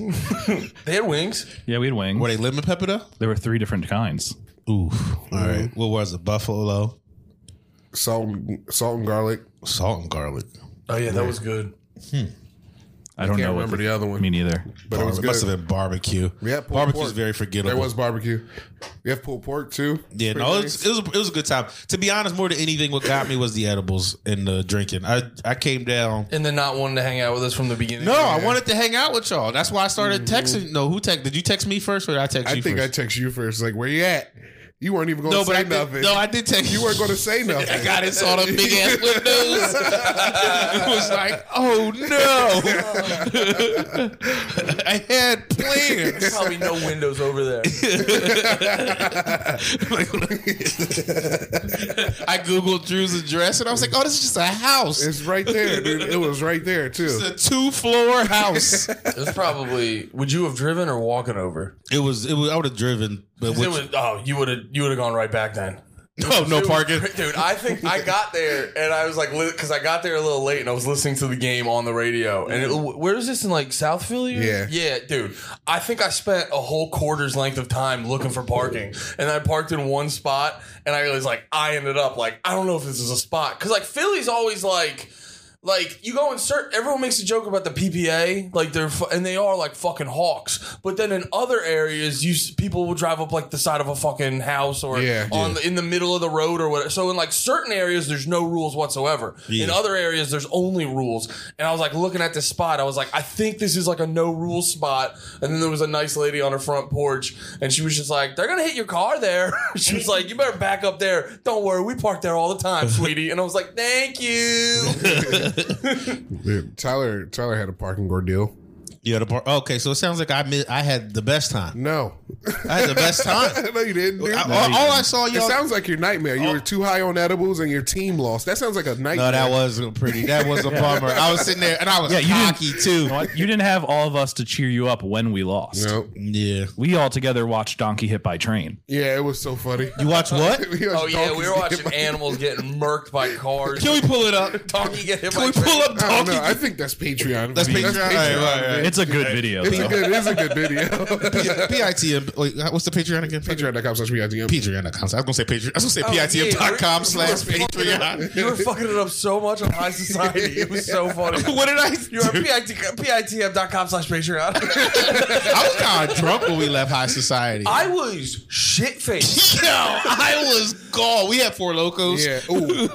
[SPEAKER 2] They had wings.
[SPEAKER 4] Yeah, we had wings.
[SPEAKER 1] Were they lemon pepper though?
[SPEAKER 4] There were three different kinds.
[SPEAKER 1] Oof. All right. What was it? Buffalo,
[SPEAKER 3] Salt, and- salt and garlic.
[SPEAKER 1] salt and garlic.
[SPEAKER 2] Oh yeah, that was good.
[SPEAKER 4] I don't
[SPEAKER 3] Can't
[SPEAKER 4] know what
[SPEAKER 3] remember the other one.
[SPEAKER 4] Me neither.
[SPEAKER 3] But it was
[SPEAKER 1] must
[SPEAKER 3] good.
[SPEAKER 1] have been barbecue.
[SPEAKER 3] Yeah, pulled
[SPEAKER 1] barbecue's
[SPEAKER 3] pork.
[SPEAKER 1] very forgettable.
[SPEAKER 3] There was barbecue. We have pulled pork too.
[SPEAKER 1] Yeah,
[SPEAKER 3] Pretty
[SPEAKER 1] no, it
[SPEAKER 3] nice.
[SPEAKER 1] was, it was it was a good time. To be honest, more than anything, what got me was the edibles and the drinking. I I came down.
[SPEAKER 2] And then not wanting to hang out with us from the beginning.
[SPEAKER 1] No, I wanted to hang out with y'all. That's why I started texting. No, who text? Did you text me first or did I text
[SPEAKER 3] Mm-hmm. I
[SPEAKER 1] you
[SPEAKER 3] think I
[SPEAKER 1] first?
[SPEAKER 3] text you first. Like, where you at? You weren't even going to
[SPEAKER 1] no, but I
[SPEAKER 3] say
[SPEAKER 1] did,
[SPEAKER 3] nothing.
[SPEAKER 1] no, I did text
[SPEAKER 3] you weren't going to say nothing.
[SPEAKER 1] I got it. Saw the big ass windows. it was like, oh no! I had plans.
[SPEAKER 2] Probably no windows over there.
[SPEAKER 1] I googled Drew's address and I was like, oh, this is just a house.
[SPEAKER 3] It's right there, dude. It was right there too.
[SPEAKER 1] It's a two floor house.
[SPEAKER 2] It was probably. Would you have driven or walking over?
[SPEAKER 1] It was. It was. I would have driven, but
[SPEAKER 2] 'Cause it was. Oh, you would have. You would have gone right back then.
[SPEAKER 1] no, no
[SPEAKER 2] Dude,
[SPEAKER 1] parking.
[SPEAKER 2] dude. I think I got there and I was like, because I got there a little late and I was listening to the game on the radio. And
[SPEAKER 1] Mm-hmm.
[SPEAKER 2] it, where is this in like South Philly? or-
[SPEAKER 3] Yeah.
[SPEAKER 2] yeah, dude. I think I spent a whole quarter's length of time looking for parking, and I parked in one spot, and I was like, I ended up like, I don't know if this is a spot because like Philly's always like. Like you go and search, everyone makes a joke about the PPA, like they're fu- and they are like fucking hawks. But then in other areas, you s- people will drive up like the side of a fucking house or
[SPEAKER 3] Yeah.
[SPEAKER 2] on the, in the middle of the road or whatever. So in like certain areas, there's no rules whatsoever. In other areas, there's only rules. And I was like looking at this spot, I was like, I think this is like a no rule spot. And then there was a nice lady on her front porch, and she was just like, "They're gonna hit your car there." she was like, "You better back up there. Don't worry, we park there all the time, sweetie." And I was like, "Thank you."
[SPEAKER 3] Dude, Tyler, Tyler had a parking ordeal.
[SPEAKER 1] Yeah, the park. Okay, so it sounds like I mi- I had the best time.
[SPEAKER 3] No,
[SPEAKER 1] I had the best time.
[SPEAKER 3] no, you didn't. Dude.
[SPEAKER 1] I- all, all I saw
[SPEAKER 3] it
[SPEAKER 1] y'all.
[SPEAKER 3] sounds like your nightmare. You were too high on edibles and your team lost. That sounds like a nightmare.
[SPEAKER 1] no, that was a pretty. That was a bummer. I was sitting there and I was
[SPEAKER 4] Yeah, you didn't-
[SPEAKER 1] cocky too.
[SPEAKER 4] You know what? You didn't have all of us to cheer you up when we lost.
[SPEAKER 3] No.
[SPEAKER 1] Yeah.
[SPEAKER 4] We all together watched Donkey Hit by Train.
[SPEAKER 3] Yeah, it was so funny.
[SPEAKER 1] You watch what?
[SPEAKER 3] We
[SPEAKER 2] Oh yeah, we
[SPEAKER 3] donkeys
[SPEAKER 2] were
[SPEAKER 3] get
[SPEAKER 2] watching
[SPEAKER 3] by-
[SPEAKER 2] animals getting murked by cars.
[SPEAKER 1] Can we pull it up?
[SPEAKER 2] Donkey get hit
[SPEAKER 1] Can
[SPEAKER 2] by
[SPEAKER 1] we pull
[SPEAKER 2] trains.
[SPEAKER 1] up
[SPEAKER 3] I don't
[SPEAKER 1] donkey?
[SPEAKER 3] know. I think that's Patreon.
[SPEAKER 1] That's Patreon. All right, all right.
[SPEAKER 4] It's a good video.
[SPEAKER 3] It's a
[SPEAKER 4] though.
[SPEAKER 3] good. It's a good video.
[SPEAKER 1] Bitm. Wait, uh, what's the Patreon again?
[SPEAKER 3] Patreon.com slash BITM.
[SPEAKER 1] Patreon.com. I was gonna say Patreon. I was
[SPEAKER 2] Oh,
[SPEAKER 1] gonna
[SPEAKER 2] yeah,
[SPEAKER 1] say pitm.com
[SPEAKER 2] we're-
[SPEAKER 1] slash
[SPEAKER 2] we're fucking it up.
[SPEAKER 1] Patreon.
[SPEAKER 2] You were fucking it up so much on High Society. It was so funny.
[SPEAKER 1] What did I?
[SPEAKER 2] You were at pitm.com slash Patreon.
[SPEAKER 1] I was kind of drunk when we left High Society.
[SPEAKER 2] I was shit faced.
[SPEAKER 1] Yo, I was gone. We had four locos.
[SPEAKER 3] Yeah. Ooh.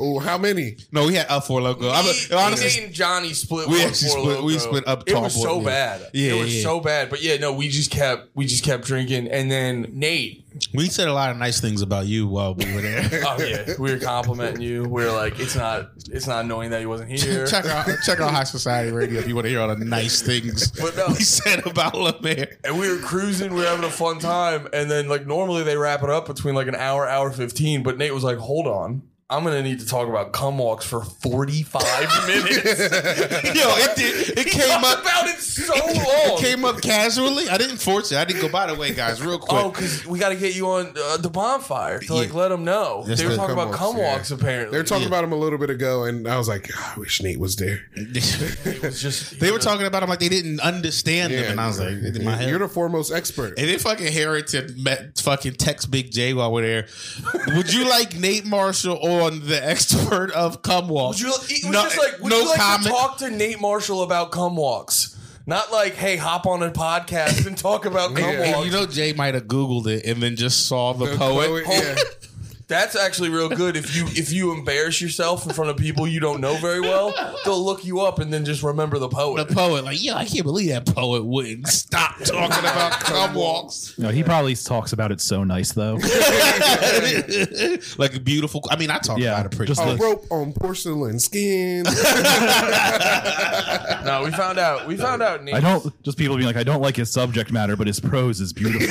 [SPEAKER 3] Ooh. How many?
[SPEAKER 1] No, we had up uh, four loco. I'm a, honestly,
[SPEAKER 2] and Johnny split.
[SPEAKER 1] we
[SPEAKER 2] one
[SPEAKER 1] actually
[SPEAKER 2] for
[SPEAKER 1] split. We
[SPEAKER 2] Loco.
[SPEAKER 1] split up
[SPEAKER 3] It
[SPEAKER 1] tall
[SPEAKER 3] was
[SPEAKER 2] so bad.
[SPEAKER 1] Yeah,
[SPEAKER 2] they were
[SPEAKER 1] yeah.
[SPEAKER 2] so bad. But yeah, no, we just kept we just kept drinking, and then Nate.
[SPEAKER 1] We said a lot of nice things about you while we were there.
[SPEAKER 2] Oh yeah, we were complimenting you. We were like, it's not it's not knowing that he wasn't here.
[SPEAKER 1] check out check out High Society Radio if you want to hear all the nice things
[SPEAKER 2] But no.
[SPEAKER 1] we said about Lemaire.
[SPEAKER 2] and we were cruising, we were having a fun time, and then like normally they wrap it up between like an hour, hour fifteen, but Nate was like, "Hold on, I'm gonna need to talk about cum walks for 45 minutes."
[SPEAKER 1] Yo, it did. It came
[SPEAKER 2] Talked
[SPEAKER 1] up.
[SPEAKER 2] about it so long.
[SPEAKER 1] It came up casually. I didn't force it. I didn't go. By the way, guys, real quick.
[SPEAKER 2] Oh, because we got to get you on uh, the bonfire to like
[SPEAKER 1] Yeah.
[SPEAKER 2] let them know.
[SPEAKER 1] Yes,
[SPEAKER 2] they were
[SPEAKER 1] the
[SPEAKER 2] talking about
[SPEAKER 3] cum walks,
[SPEAKER 2] cum
[SPEAKER 3] yeah.
[SPEAKER 2] walks. Apparently,
[SPEAKER 3] They were talking about him a little bit ago, and I was like, "Ah, I wish Nate was there.
[SPEAKER 2] It was just
[SPEAKER 1] they were talking about him like they didn't understand him, and I was like, in my head.
[SPEAKER 3] You're the foremost expert.
[SPEAKER 1] And then fucking Harrington met fucking text Big J while we're there. Would you like Nate Marshall on the expert of cum walk?
[SPEAKER 2] Would you, it was just like, would you like to talk to Nate Marshall about cum walks? Not like, hey, hop on a podcast and talk about cum
[SPEAKER 3] Yeah.
[SPEAKER 1] And
[SPEAKER 2] walks.
[SPEAKER 1] you know, Jay might have Googled it and then just saw the,
[SPEAKER 3] The
[SPEAKER 1] poet.
[SPEAKER 3] poet,
[SPEAKER 1] Oh,
[SPEAKER 3] yeah.
[SPEAKER 2] That's actually real good. If you if you embarrass yourself in front of people you don't know very well, they'll look you up and then just remember the
[SPEAKER 1] The
[SPEAKER 2] poet.
[SPEAKER 1] poet, like, yo, I can't believe that poet wouldn't stop talking about cum walks.
[SPEAKER 4] No, he probably talks about it so nice though.
[SPEAKER 1] like a beautiful. I mean, I talk
[SPEAKER 4] Yeah,
[SPEAKER 1] about it pretty.
[SPEAKER 4] just
[SPEAKER 3] A
[SPEAKER 4] the-
[SPEAKER 3] oh, rope on porcelain skin.
[SPEAKER 2] no, we found out. We found out. Nate.
[SPEAKER 4] I don't just people being like, I don't like his subject matter, but his prose is beautiful.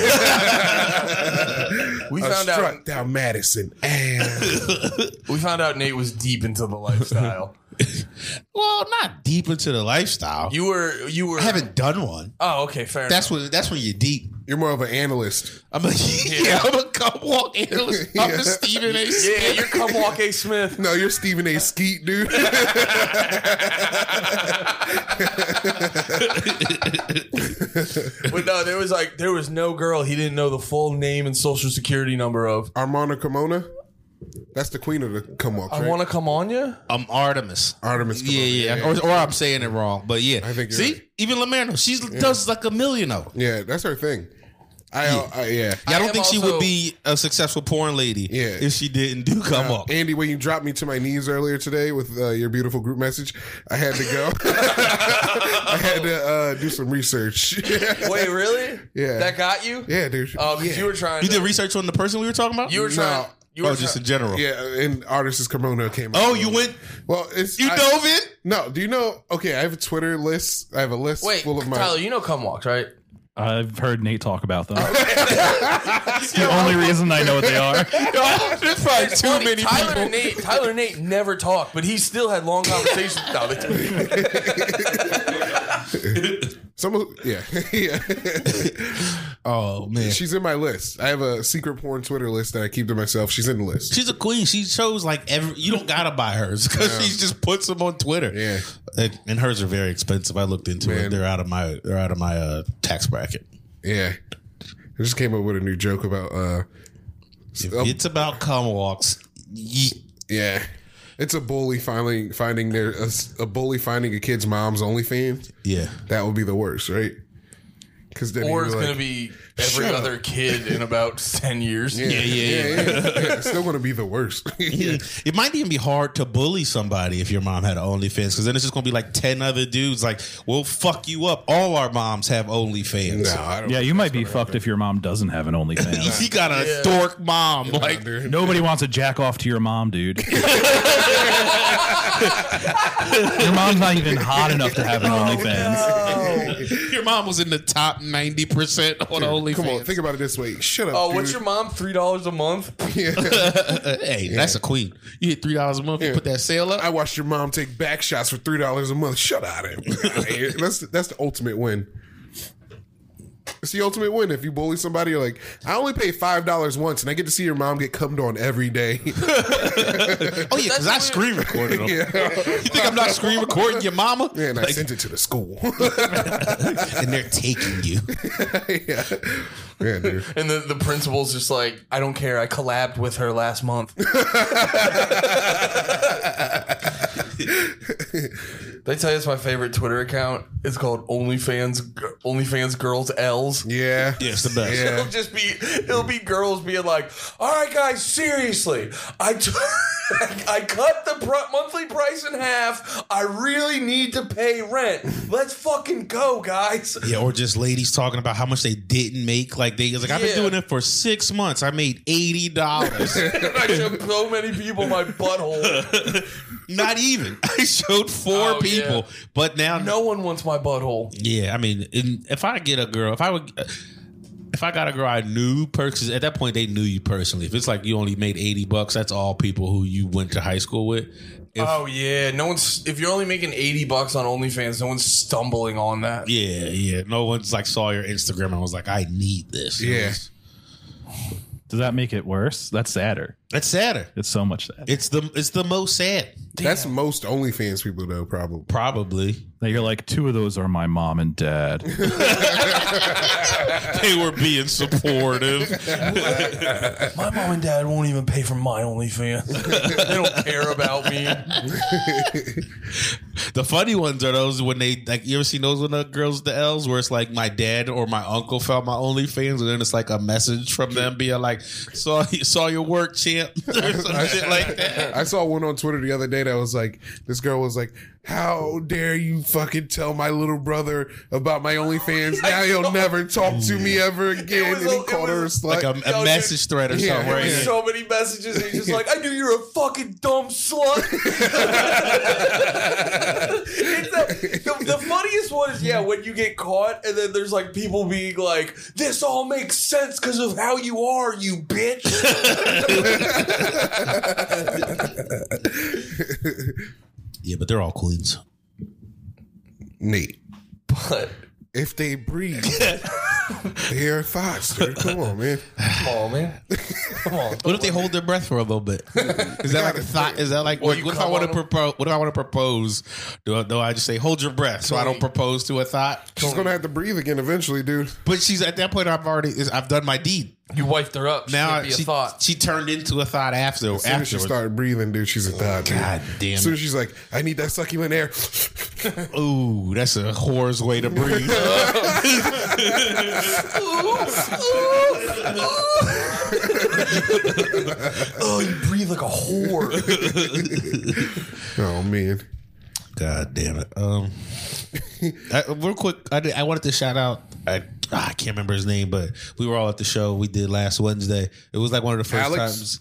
[SPEAKER 2] We
[SPEAKER 3] I
[SPEAKER 2] found out.
[SPEAKER 3] struck down Madison. And
[SPEAKER 2] We found out Nate was deep into the lifestyle.
[SPEAKER 1] well, not deep into the lifestyle.
[SPEAKER 2] You were. You were.
[SPEAKER 1] I haven't done one.
[SPEAKER 2] Oh, okay, fair.
[SPEAKER 1] That's when. That's when you're deep.
[SPEAKER 3] you're more of an analyst.
[SPEAKER 1] I'm a yeah. I'm a cum walk analyst. I'm a
[SPEAKER 3] Yeah.
[SPEAKER 1] Stephen A.
[SPEAKER 2] enough. yeah, you're cum walk A. Smith.
[SPEAKER 3] No, you're Stephen A. Skeet, dude.
[SPEAKER 2] But no, there was like there was no girl he didn't know the full name and social security number of.
[SPEAKER 3] Armana Kimona. That's the queen of the come walks,
[SPEAKER 2] I
[SPEAKER 3] right?
[SPEAKER 2] want to come on you.
[SPEAKER 1] I'm Artemis.
[SPEAKER 3] Artemis Kimona.
[SPEAKER 1] Yeah, yeah, Or, or I'm saying it wrong, but yeah. I
[SPEAKER 3] think you're
[SPEAKER 1] See,
[SPEAKER 3] right.
[SPEAKER 1] even Lamerno, she does like a million of. them.
[SPEAKER 3] Yeah, that's her thing. I, yeah. I yeah.
[SPEAKER 1] Yeah, I
[SPEAKER 2] am
[SPEAKER 1] don't think she
[SPEAKER 2] also-
[SPEAKER 1] would be a successful porn lady
[SPEAKER 3] Yeah.
[SPEAKER 1] if she didn't do cum walk.
[SPEAKER 3] Andy, when you dropped me to my knees earlier today with uh, your beautiful group message, I had to go. I had to uh, do some research.
[SPEAKER 2] Wait, really?
[SPEAKER 3] Yeah.
[SPEAKER 2] That got you?
[SPEAKER 3] yeah, dude.
[SPEAKER 2] Oh, because you were trying.
[SPEAKER 1] You
[SPEAKER 2] to,
[SPEAKER 1] did research on the person we were talking about.
[SPEAKER 2] You were trying.
[SPEAKER 3] No.
[SPEAKER 2] You were
[SPEAKER 1] oh, just
[SPEAKER 2] try-
[SPEAKER 1] in general.
[SPEAKER 3] yeah, and artist's kimono came. out.
[SPEAKER 1] Oh, you went.
[SPEAKER 3] Well, it's
[SPEAKER 1] You
[SPEAKER 3] I-
[SPEAKER 1] dove in.
[SPEAKER 3] No, do you know? Okay, I have a Twitter list. I have a list
[SPEAKER 2] Wait,
[SPEAKER 3] full of my.
[SPEAKER 2] Tyler, you know cum walks, right?
[SPEAKER 4] I've heard Nate talk about them. it's the only reason I know what they are.
[SPEAKER 1] There's probably
[SPEAKER 2] It's
[SPEAKER 1] too
[SPEAKER 2] funny,
[SPEAKER 1] many
[SPEAKER 2] Tyler
[SPEAKER 1] people.
[SPEAKER 2] And Nate, Tyler and Nate never talked, but he still had long conversations. no, they,
[SPEAKER 3] Some, yeah, yeah.
[SPEAKER 1] Oh man,
[SPEAKER 3] She's in my list. I have a secret porn Twitter list that I keep to myself. She's in the list.
[SPEAKER 1] she's a queen. She shows like every. You don't gotta buy hers because she just puts them on Twitter.
[SPEAKER 3] Yeah.
[SPEAKER 1] and, and hers are very expensive. I looked into it.
[SPEAKER 3] Man.
[SPEAKER 1] They're out of my. They're out of my uh, tax bracket.
[SPEAKER 3] Yeah, I just came up with a new joke about. uh
[SPEAKER 1] If
[SPEAKER 3] Oh.
[SPEAKER 1] it's about cum walks. Ye-
[SPEAKER 3] Yeah. It's a bully finding finding their a, s- a bully finding a kid's mom's OnlyFans.
[SPEAKER 1] yeah.
[SPEAKER 3] That would be the worst, right? Because then
[SPEAKER 2] or
[SPEAKER 3] you're
[SPEAKER 2] it's
[SPEAKER 3] like,
[SPEAKER 2] gonna be every
[SPEAKER 3] Shut up.
[SPEAKER 2] other kid in about ten years.
[SPEAKER 1] Yeah, yeah, yeah.
[SPEAKER 3] yeah, it's still gonna be the worst. yeah.
[SPEAKER 1] It might even be hard to bully somebody if your mom had OnlyFans because then it's just gonna be like ten other dudes like, "We'll fuck you up." All our moms have OnlyFans.
[SPEAKER 3] No, I don't.
[SPEAKER 4] Yeah, you might be fucked if your mom doesn't have an OnlyFans.
[SPEAKER 1] He got a
[SPEAKER 2] Yeah.
[SPEAKER 1] dork mom. like,
[SPEAKER 3] dude.
[SPEAKER 4] Nobody wants to jack off to your mom, dude. your mom's not even hot enough to have an OnlyFans.
[SPEAKER 1] your mom was in the top ninety percent on OnlyFans.
[SPEAKER 3] Come on, think about it this way. Shut up.
[SPEAKER 2] Oh,
[SPEAKER 3] dude.
[SPEAKER 2] what's your mom? Three dollars a month?
[SPEAKER 1] hey, that's a queen. You hit three dollars a month. You put that sale up.
[SPEAKER 3] I watched your mom take back shots for three dollars a month. Shut out of here. that's that's the ultimate win. It's the ultimate win. If you bully somebody, you're like, I only pay five dollars once, and I get to see your mom get cummed on every day.
[SPEAKER 1] oh yeah, because I screen recorded them. You think I'm not screen recording your mama?
[SPEAKER 3] and I
[SPEAKER 1] Like,
[SPEAKER 3] sent it to the school.
[SPEAKER 1] and they're taking you.
[SPEAKER 3] yeah. yeah, dude.
[SPEAKER 2] And the, the principal's just like, I don't care. I collabed with her last month. they tell you it's my favorite Twitter account. It's called OnlyFans OnlyFans Girls L's.
[SPEAKER 3] Yeah.
[SPEAKER 1] Yes, the best.
[SPEAKER 3] Yeah.
[SPEAKER 2] It'll just be it'll be girls being like, "All right, guys, seriously, I." T- I cut the pr- monthly price in half. I really need to pay rent. Let's fucking go, guys.
[SPEAKER 1] Yeah, or just ladies talking about how much they didn't make. Like they it's like, I've been
[SPEAKER 2] Yeah.
[SPEAKER 1] doing it for six months. I made eighty dollars.
[SPEAKER 2] I showed so many people my butthole.
[SPEAKER 1] Not even. I showed four
[SPEAKER 2] Oh,
[SPEAKER 1] people, but now
[SPEAKER 2] No one wants my butthole.
[SPEAKER 1] Yeah, I mean, in, if I get a girl, if I would, if I got a girl I knew, because at that point they knew you personally. If it's like you only made eighty bucks, that's all people who you went to high school with. If,
[SPEAKER 2] Oh yeah, no one's. If you're only making eighty bucks on OnlyFans, no one's stumbling on that.
[SPEAKER 1] yeah, yeah. No one's like saw your Instagram and was like, I need this.
[SPEAKER 3] Yeah.
[SPEAKER 4] Does that make it worse? That's sadder.
[SPEAKER 1] that's sadder.
[SPEAKER 4] It's so much sadder.
[SPEAKER 1] It's the it's the most sad,
[SPEAKER 3] That's most OnlyFans people though, probably.
[SPEAKER 1] probably.
[SPEAKER 4] That you're like, two of those are my mom and dad.
[SPEAKER 1] they were being supportive.
[SPEAKER 2] My mom and dad won't even pay for my OnlyFans. they don't care about me.
[SPEAKER 1] the funny ones are those when they like. You ever seen those when the girls the L's where it's like my dad or my uncle found my OnlyFans and then it's like a message from them being like, "Saw saw your work, champ," or some shit like that.
[SPEAKER 3] I saw one on Twitter the other day that was like, this girl was like, "How dare you fucking tell my little brother about my OnlyFans? Now he'll never talk to me ever again."
[SPEAKER 2] was
[SPEAKER 3] and he
[SPEAKER 2] a- it
[SPEAKER 3] called her a
[SPEAKER 2] was
[SPEAKER 1] Like
[SPEAKER 3] slut.
[SPEAKER 1] a,
[SPEAKER 2] Yo,
[SPEAKER 1] a
[SPEAKER 2] dude.
[SPEAKER 1] message thread or
[SPEAKER 3] Yeah,
[SPEAKER 1] something. Right?
[SPEAKER 3] yeah.
[SPEAKER 2] So many messages. And he's just like, I knew you were a fucking dumb slut. it's that, the, the funniest one is yeah when you get caught and then there's like people being like, this all makes sense because of how you are, you bitch.
[SPEAKER 1] yeah, but they're all queens.
[SPEAKER 3] Nate,
[SPEAKER 2] But
[SPEAKER 3] if they breathe, they are Foster. Come on, man.
[SPEAKER 2] come on, man, come on.
[SPEAKER 1] What if they hold their breath for a little bit? Is that like a thought? Is that like what,
[SPEAKER 2] you
[SPEAKER 1] what if I
[SPEAKER 2] come
[SPEAKER 1] want to
[SPEAKER 2] on 'em?
[SPEAKER 1] propose? What if I want to propose? Do I, do I just say hold your breath so I don't propose to a thought?
[SPEAKER 3] She's gonna have to breathe again eventually, dude.
[SPEAKER 1] But she's at that point. I've already I've done my deed.
[SPEAKER 2] You wiped her up.
[SPEAKER 1] Now
[SPEAKER 2] Now be a
[SPEAKER 1] she,
[SPEAKER 2] thought.
[SPEAKER 1] she turned into a thought after
[SPEAKER 3] As soon as
[SPEAKER 1] afterwards.
[SPEAKER 3] she
[SPEAKER 1] Oh,
[SPEAKER 3] started breathing, dude, she's a thought. dude.
[SPEAKER 1] God damn
[SPEAKER 3] As
[SPEAKER 1] it.
[SPEAKER 3] soon as she's like, I need that succulent air.
[SPEAKER 1] Ooh, that's a whore's way to breathe.
[SPEAKER 2] oh, you breathe like a whore.
[SPEAKER 3] oh man.
[SPEAKER 1] God damn it. Um, I, real quick, I, did, I wanted to shout out. I, ah, I can't remember his name, but we were all at the show we did last Wednesday. It was like one of the first
[SPEAKER 3] Alex?
[SPEAKER 1] times.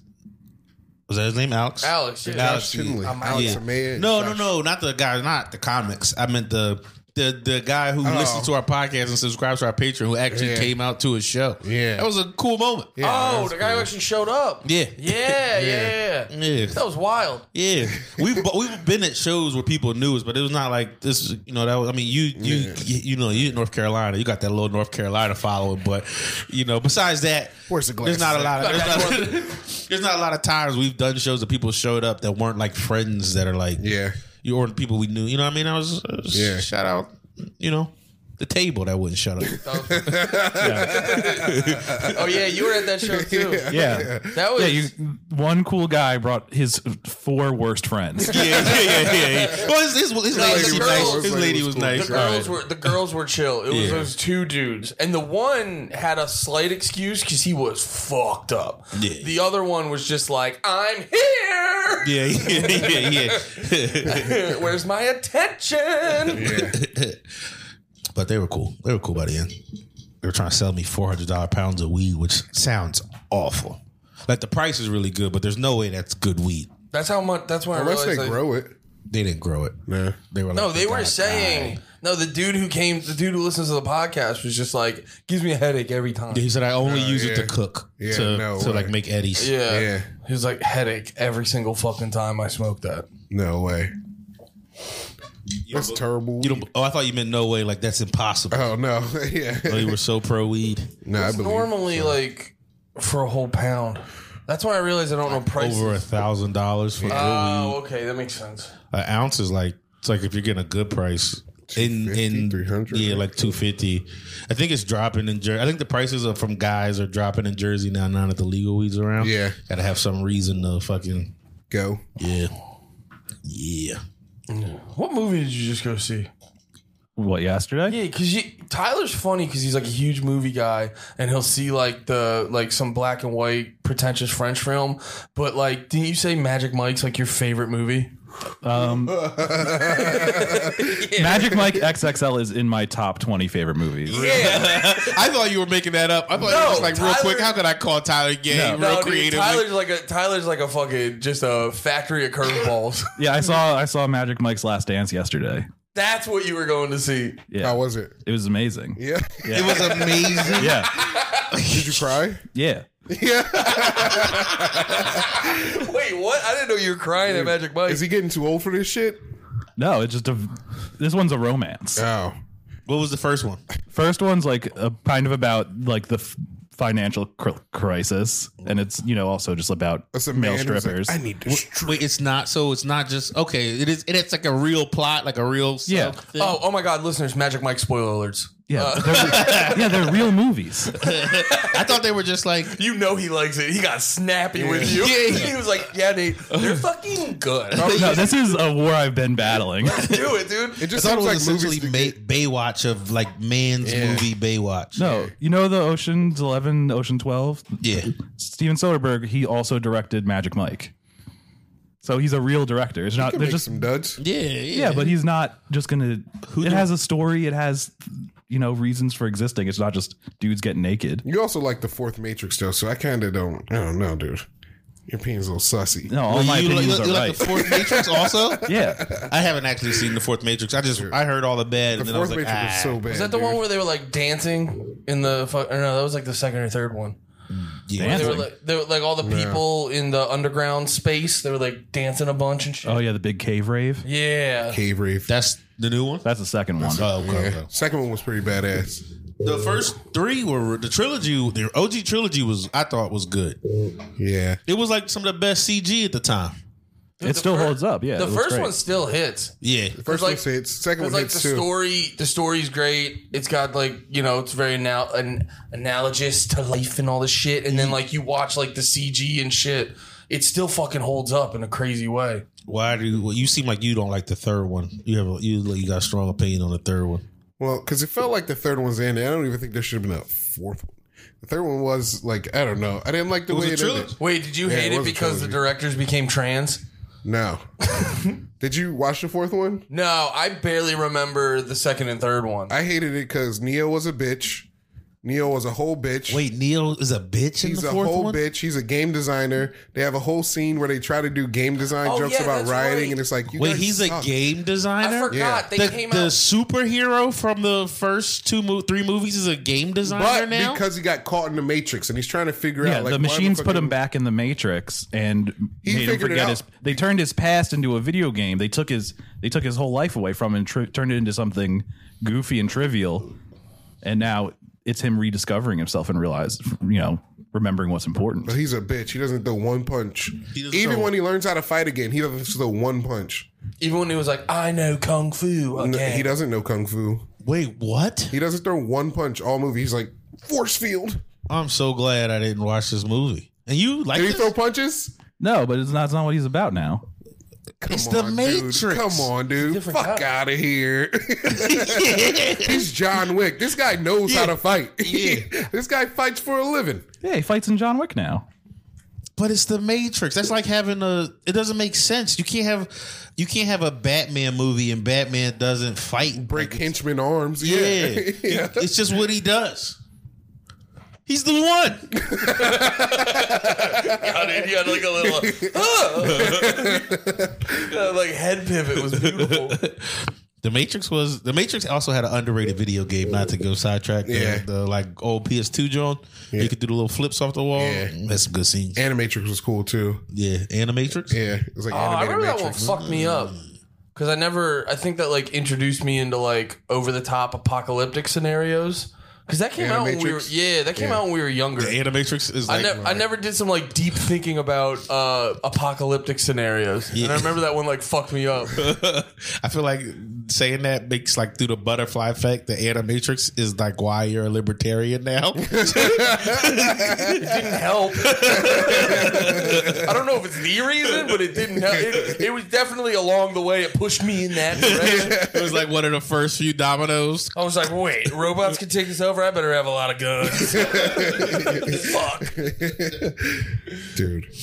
[SPEAKER 1] Was that his name, Alex?
[SPEAKER 2] Alex, yeah.
[SPEAKER 1] Alex, yeah.
[SPEAKER 3] Finley.
[SPEAKER 2] I'm
[SPEAKER 3] Alex
[SPEAKER 1] Yeah.
[SPEAKER 3] Amaya.
[SPEAKER 1] No, no,
[SPEAKER 3] Josh-
[SPEAKER 1] no, not the guy, not the comics. I meant the the the guy who listens to our podcast and subscribes to our Patreon, who actually
[SPEAKER 3] Oh. Yeah.
[SPEAKER 1] came out to his show.
[SPEAKER 3] Yeah.
[SPEAKER 1] that was a cool moment.
[SPEAKER 3] Yeah, that
[SPEAKER 2] oh,
[SPEAKER 3] was
[SPEAKER 2] the guy who actually showed up.
[SPEAKER 1] Yeah.
[SPEAKER 2] Yeah, yeah, yeah.
[SPEAKER 1] Yeah.
[SPEAKER 2] That was wild.
[SPEAKER 1] Yeah, we've but we've been at shows where people knew us, but it was not like this. You know, that was, I mean, you you you, you know, you in North Carolina, you got that little North Carolina following, but you know, besides that,
[SPEAKER 3] Where's the
[SPEAKER 1] there's not a
[SPEAKER 3] glasses
[SPEAKER 1] lot of there's not, there's not a lot of times we've done shows that people showed up that weren't like friends that are like
[SPEAKER 3] Yeah.
[SPEAKER 1] you or people we knew. You know what I mean? I was, I was-
[SPEAKER 3] Yeah.
[SPEAKER 1] shout out, you know, the table that wouldn't shut up.
[SPEAKER 2] Oh yeah, you were at that show too.
[SPEAKER 4] Yeah.
[SPEAKER 2] That was
[SPEAKER 4] Yeah, you, one cool guy brought his four worst friends.
[SPEAKER 1] yeah, yeah, yeah, yeah. yeah. Well, his, his, his lady
[SPEAKER 2] the
[SPEAKER 1] was
[SPEAKER 2] girls-
[SPEAKER 1] nice. His
[SPEAKER 3] lady
[SPEAKER 1] lady
[SPEAKER 3] was
[SPEAKER 1] was
[SPEAKER 3] cool.
[SPEAKER 1] nice.
[SPEAKER 2] the girls were the girls were chill. It was
[SPEAKER 1] Yeah.
[SPEAKER 2] those two dudes, and the one had a slight excuse because he was fucked up.
[SPEAKER 1] Yeah.
[SPEAKER 2] The other one was just like, "I'm here.
[SPEAKER 1] Yeah, yeah, yeah, yeah.
[SPEAKER 2] Where's my attention?"
[SPEAKER 1] But they were cool. They were cool by the end. They were trying to sell me four hundred dollar pounds of weed, which sounds awful. Like the price is really good, but there's no way that's good weed.
[SPEAKER 2] That's how much. That's when I
[SPEAKER 3] Unless
[SPEAKER 2] realized.
[SPEAKER 3] they
[SPEAKER 2] like-
[SPEAKER 3] grow it.
[SPEAKER 1] They didn't grow it.
[SPEAKER 3] Nah.
[SPEAKER 1] They were like,
[SPEAKER 2] no, they were
[SPEAKER 1] "God,
[SPEAKER 2] saying. No, the dude who came, the dude who listens to the podcast, was just like, "Gives me a headache every time."
[SPEAKER 1] I-" He said I only use it to
[SPEAKER 3] Oh, yeah.
[SPEAKER 1] cook
[SPEAKER 3] Yeah,
[SPEAKER 1] to,
[SPEAKER 3] no
[SPEAKER 1] to like
[SPEAKER 3] way.
[SPEAKER 1] make eddies.
[SPEAKER 2] Yeah.
[SPEAKER 3] Yeah.
[SPEAKER 2] He was like, headache every single fucking time I smoked that.
[SPEAKER 3] No way.
[SPEAKER 1] You
[SPEAKER 3] That's
[SPEAKER 1] don't-
[SPEAKER 3] terrible.
[SPEAKER 1] you don't- oh, I thought you meant no way. Like that's impossible.
[SPEAKER 3] oh no. yeah.
[SPEAKER 1] oh, you were so pro weed.
[SPEAKER 3] No, I
[SPEAKER 2] It's
[SPEAKER 3] believe.
[SPEAKER 2] normally like for a whole pound. That's when I realized I don't know prices.
[SPEAKER 1] Over a thousand dollars for good weed.
[SPEAKER 2] oh, okay. That makes sense.
[SPEAKER 1] An ounce is like it's like if you're getting a good price in
[SPEAKER 3] 250,
[SPEAKER 1] in
[SPEAKER 3] 300,
[SPEAKER 1] yeah like 250 i think it's dropping in jersey i think the prices are from guys are dropping in jersey now now that the legal weeds around
[SPEAKER 3] Yeah.
[SPEAKER 1] gotta have some reason to fucking
[SPEAKER 3] Go.
[SPEAKER 1] yeah yeah
[SPEAKER 2] What movie did you just go see?
[SPEAKER 4] what yesterday?
[SPEAKER 2] Yeah, because Tyler's funny because he's like a huge movie guy, and he'll see like the like some black and white pretentious French film. But like, didn't you say Magic Mike's like your favorite movie?
[SPEAKER 4] Magic Mike XXL is in my top twenty favorite movies.
[SPEAKER 1] I thought you were making that up. I thought
[SPEAKER 2] No,
[SPEAKER 1] it was like
[SPEAKER 2] Tyler-
[SPEAKER 1] real quick. How could I call Tyler gay? Real
[SPEAKER 2] No, dude,
[SPEAKER 1] creative.
[SPEAKER 2] Tyler's like a Tyler's like a fucking just a factory of curveballs.
[SPEAKER 4] Yeah, I saw I saw Magic Mike's Last Dance yesterday.
[SPEAKER 2] That's what you were going to see.
[SPEAKER 4] Yeah,
[SPEAKER 3] How was it?
[SPEAKER 4] it was amazing.
[SPEAKER 3] Yeah.
[SPEAKER 1] it was amazing.
[SPEAKER 4] yeah,
[SPEAKER 3] Did you cry?
[SPEAKER 4] yeah.
[SPEAKER 2] Wait, what? I didn't know you were crying at Magic Mike.
[SPEAKER 3] Is he getting too old for this shit?
[SPEAKER 4] No, it's just a. This one's a romance.
[SPEAKER 3] Oh.
[SPEAKER 1] What was the first one?
[SPEAKER 4] First one's like a kind of about like the f- financial cr- crisis, and it's you know also just about
[SPEAKER 3] That's a
[SPEAKER 4] male
[SPEAKER 3] man who's like,
[SPEAKER 4] strippers.
[SPEAKER 3] I need to strip.
[SPEAKER 1] Wait, it's not. So it's not just okay. It is. It, it's like a real plot, like a real. sub
[SPEAKER 4] Yeah.
[SPEAKER 1] Thing.
[SPEAKER 2] oh, oh my God, listeners! Magic Mike spoiler alerts.
[SPEAKER 4] yeah, they're, yeah, they're real movies.
[SPEAKER 1] I thought they were just like.
[SPEAKER 2] You know he likes it. He got snappy with you.
[SPEAKER 1] Yeah.
[SPEAKER 2] He was like, "Yeah, Nate, they're fucking good.
[SPEAKER 4] No, this is a war I've been battling.
[SPEAKER 2] Do it, dude."
[SPEAKER 3] It
[SPEAKER 1] I
[SPEAKER 3] just
[SPEAKER 1] thought it
[SPEAKER 3] sounds
[SPEAKER 1] was
[SPEAKER 3] like
[SPEAKER 1] essentially
[SPEAKER 3] movies. to
[SPEAKER 1] Bay, Baywatch of like man's movie Baywatch.
[SPEAKER 4] No, you know the Ocean's Eleven, Ocean Twelve.
[SPEAKER 1] Yeah.
[SPEAKER 4] Steven Soderbergh, he also directed Magic Mike, so he's a real director. It's not
[SPEAKER 3] get-
[SPEAKER 4] they're
[SPEAKER 3] make
[SPEAKER 4] just
[SPEAKER 3] some duds.
[SPEAKER 1] Yeah. Yeah.
[SPEAKER 4] yeah, but he's not just gonna. it
[SPEAKER 1] do-
[SPEAKER 4] has a story. It has you know reasons for existing. It's not just dudes getting naked.
[SPEAKER 3] You also like the fourth Matrix though, so I kind of don't. I don't know, dude. Your opinion's a little sussy.
[SPEAKER 4] No, all
[SPEAKER 1] Well,
[SPEAKER 4] my
[SPEAKER 1] you, like-
[SPEAKER 4] opinions
[SPEAKER 1] you
[SPEAKER 4] are
[SPEAKER 1] like
[SPEAKER 4] right.
[SPEAKER 1] the fourth Matrix also?
[SPEAKER 4] yeah,
[SPEAKER 1] I haven't actually seen the fourth Matrix. I just I heard all the bad,
[SPEAKER 3] the
[SPEAKER 1] and then I
[SPEAKER 3] fourth
[SPEAKER 1] was like,
[SPEAKER 3] Matrix was so
[SPEAKER 1] ah,
[SPEAKER 3] bad.
[SPEAKER 2] Is that the
[SPEAKER 3] dude.
[SPEAKER 2] one where they were like dancing in the fuck? Or no, that was like the second or third one.
[SPEAKER 1] yeah.
[SPEAKER 2] They were
[SPEAKER 4] Dancing?
[SPEAKER 2] like, they were like all the people in the underground space. They were like dancing a bunch and shit.
[SPEAKER 4] oh yeah, the big cave rave.
[SPEAKER 2] yeah.
[SPEAKER 3] Cave Rave?
[SPEAKER 1] That's the new one.
[SPEAKER 4] That's the second one.
[SPEAKER 1] Oh, okay, okay.
[SPEAKER 3] Second one was pretty badass.
[SPEAKER 1] The first three were the trilogy. The OG trilogy was I thought was good.
[SPEAKER 3] Yeah.
[SPEAKER 1] It was like some of the best CG at the time.
[SPEAKER 4] it still holds up. Yeah,
[SPEAKER 2] The
[SPEAKER 4] it looks
[SPEAKER 2] first
[SPEAKER 4] great.
[SPEAKER 2] one still hits.
[SPEAKER 1] Yeah,
[SPEAKER 3] First
[SPEAKER 2] like-
[SPEAKER 3] one hits. Second
[SPEAKER 2] It's
[SPEAKER 3] one
[SPEAKER 2] like the
[SPEAKER 3] hits too.
[SPEAKER 2] story. The story's great. It's got like you know, it's very now an analogous to life and all this shit. And then like you watch like the CG and shit. It still fucking holds up in a crazy way.
[SPEAKER 1] Why do you, well, you seem like you don't like the third one? You have a, you you got a strong opinion on the third one.
[SPEAKER 3] Well, because it felt like the third one's ended. I don't even think there should have been a fourth one. The third one was like I don't know. I didn't like the
[SPEAKER 1] was
[SPEAKER 3] way
[SPEAKER 1] a
[SPEAKER 3] it
[SPEAKER 1] trilogy.
[SPEAKER 3] ended.
[SPEAKER 2] Wait, did you
[SPEAKER 3] it
[SPEAKER 2] hate it
[SPEAKER 3] was a
[SPEAKER 2] because the
[SPEAKER 3] trilogy.
[SPEAKER 2] directors became trans?
[SPEAKER 3] No. Did you watch the fourth one?
[SPEAKER 2] No, I barely remember the second and third one.
[SPEAKER 3] I hated it because Neo was a bitch. Neo was a whole bitch.
[SPEAKER 1] Wait, Neil is a bitch in
[SPEAKER 3] He's
[SPEAKER 1] the
[SPEAKER 3] a
[SPEAKER 1] fourth
[SPEAKER 3] whole
[SPEAKER 1] one.
[SPEAKER 3] bitch. He's a game designer. They have a whole scene where they try to do game design
[SPEAKER 2] Oh,
[SPEAKER 3] jokes
[SPEAKER 2] yeah,
[SPEAKER 3] about
[SPEAKER 2] that's
[SPEAKER 3] rioting,
[SPEAKER 2] right.
[SPEAKER 3] and it's like, you
[SPEAKER 1] Wait,
[SPEAKER 3] guys
[SPEAKER 1] he's a
[SPEAKER 3] suck.
[SPEAKER 1] game
[SPEAKER 2] I
[SPEAKER 1] designer.
[SPEAKER 2] forgot
[SPEAKER 3] Yeah.
[SPEAKER 2] they
[SPEAKER 1] the,
[SPEAKER 2] came
[SPEAKER 1] the
[SPEAKER 2] out.
[SPEAKER 1] superhero from the first two mo- three movies is a game designer
[SPEAKER 3] But
[SPEAKER 1] now.
[SPEAKER 3] because he got caught in the Matrix, and he's trying to figure
[SPEAKER 4] Yeah,
[SPEAKER 3] out, like,
[SPEAKER 4] the
[SPEAKER 3] why
[SPEAKER 4] machines put
[SPEAKER 3] fucking-
[SPEAKER 4] him back in the matrix and
[SPEAKER 3] He
[SPEAKER 4] made him
[SPEAKER 3] figured it
[SPEAKER 4] forget
[SPEAKER 3] out.
[SPEAKER 4] his. They turned his past into a video game. They took his they took his whole life away from him and tri- turned it into something goofy and trivial. And now it's him rediscovering himself and realize, you know, remembering what's important.
[SPEAKER 3] But he's a bitch. He doesn't throw one punch.
[SPEAKER 1] doesn't
[SPEAKER 3] Even
[SPEAKER 1] throw-
[SPEAKER 3] when he learns how to fight again, he doesn't throw one punch.
[SPEAKER 2] Even when he was like, "I know kung fu."
[SPEAKER 3] No,
[SPEAKER 2] Again.
[SPEAKER 3] He doesn't know kung fu.
[SPEAKER 1] Wait, what?
[SPEAKER 3] He doesn't throw one punch all movie. He's like force field.
[SPEAKER 1] I'm so glad I didn't watch this movie. And you like
[SPEAKER 3] Did he
[SPEAKER 1] this?
[SPEAKER 3] throw punches?
[SPEAKER 4] No, but it's not, it's not what he's about now.
[SPEAKER 3] Come
[SPEAKER 1] It's the
[SPEAKER 3] dude.
[SPEAKER 1] Matrix.
[SPEAKER 3] Come on, dude.
[SPEAKER 2] different
[SPEAKER 3] Fuck
[SPEAKER 2] guy.
[SPEAKER 3] out of here. He's John Wick. This guy knows how to fight. this guy fights for a living.
[SPEAKER 4] Yeah, he fights in John Wick now.
[SPEAKER 1] But it's the Matrix. That's like having a. It doesn't make sense. You can't have, you can't have a Batman movie and Batman doesn't fight.
[SPEAKER 3] Break henchman arms.
[SPEAKER 1] Yeah,
[SPEAKER 3] Yeah.
[SPEAKER 1] It- it's just what he does. He's the one.
[SPEAKER 2] He had like a little, uh, like head pivot was beautiful.
[SPEAKER 1] The Matrix was. The Matrix also had an underrated video game. Not to go sidetrack. The,
[SPEAKER 3] Yeah.
[SPEAKER 1] the like old PS2 John. You could do the little flips off the wall.
[SPEAKER 3] Yeah.
[SPEAKER 1] That's some good scenes.
[SPEAKER 3] Animatrix was cool too.
[SPEAKER 1] Yeah, Animatrix.
[SPEAKER 3] Yeah. It was like
[SPEAKER 2] Oh, I
[SPEAKER 3] animated
[SPEAKER 2] remember that one
[SPEAKER 3] Matrix.
[SPEAKER 2] fucked me up because I never. I think that like introduced me into like over the top apocalyptic scenarios Because that came out when we were
[SPEAKER 3] Animatrix?
[SPEAKER 2] yeah, that came out when we were younger.
[SPEAKER 1] The Animatrix is
[SPEAKER 2] I,
[SPEAKER 1] like.
[SPEAKER 2] nev- I never did some like deep thinking about uh, apocalyptic scenarios, and I remember that one like fucked me up.
[SPEAKER 1] I feel like saying that makes like through the butterfly effect. The Animatrix is like why you're a libertarian now.
[SPEAKER 2] didn't help. I don't know if it's the reason, but it didn't help. It, it was definitely along the way. It pushed me in that direction.
[SPEAKER 1] it was like one of the first few dominoes.
[SPEAKER 2] I was like, wait, robots can take us over. I better have a lot of guns. Fuck.
[SPEAKER 3] dude.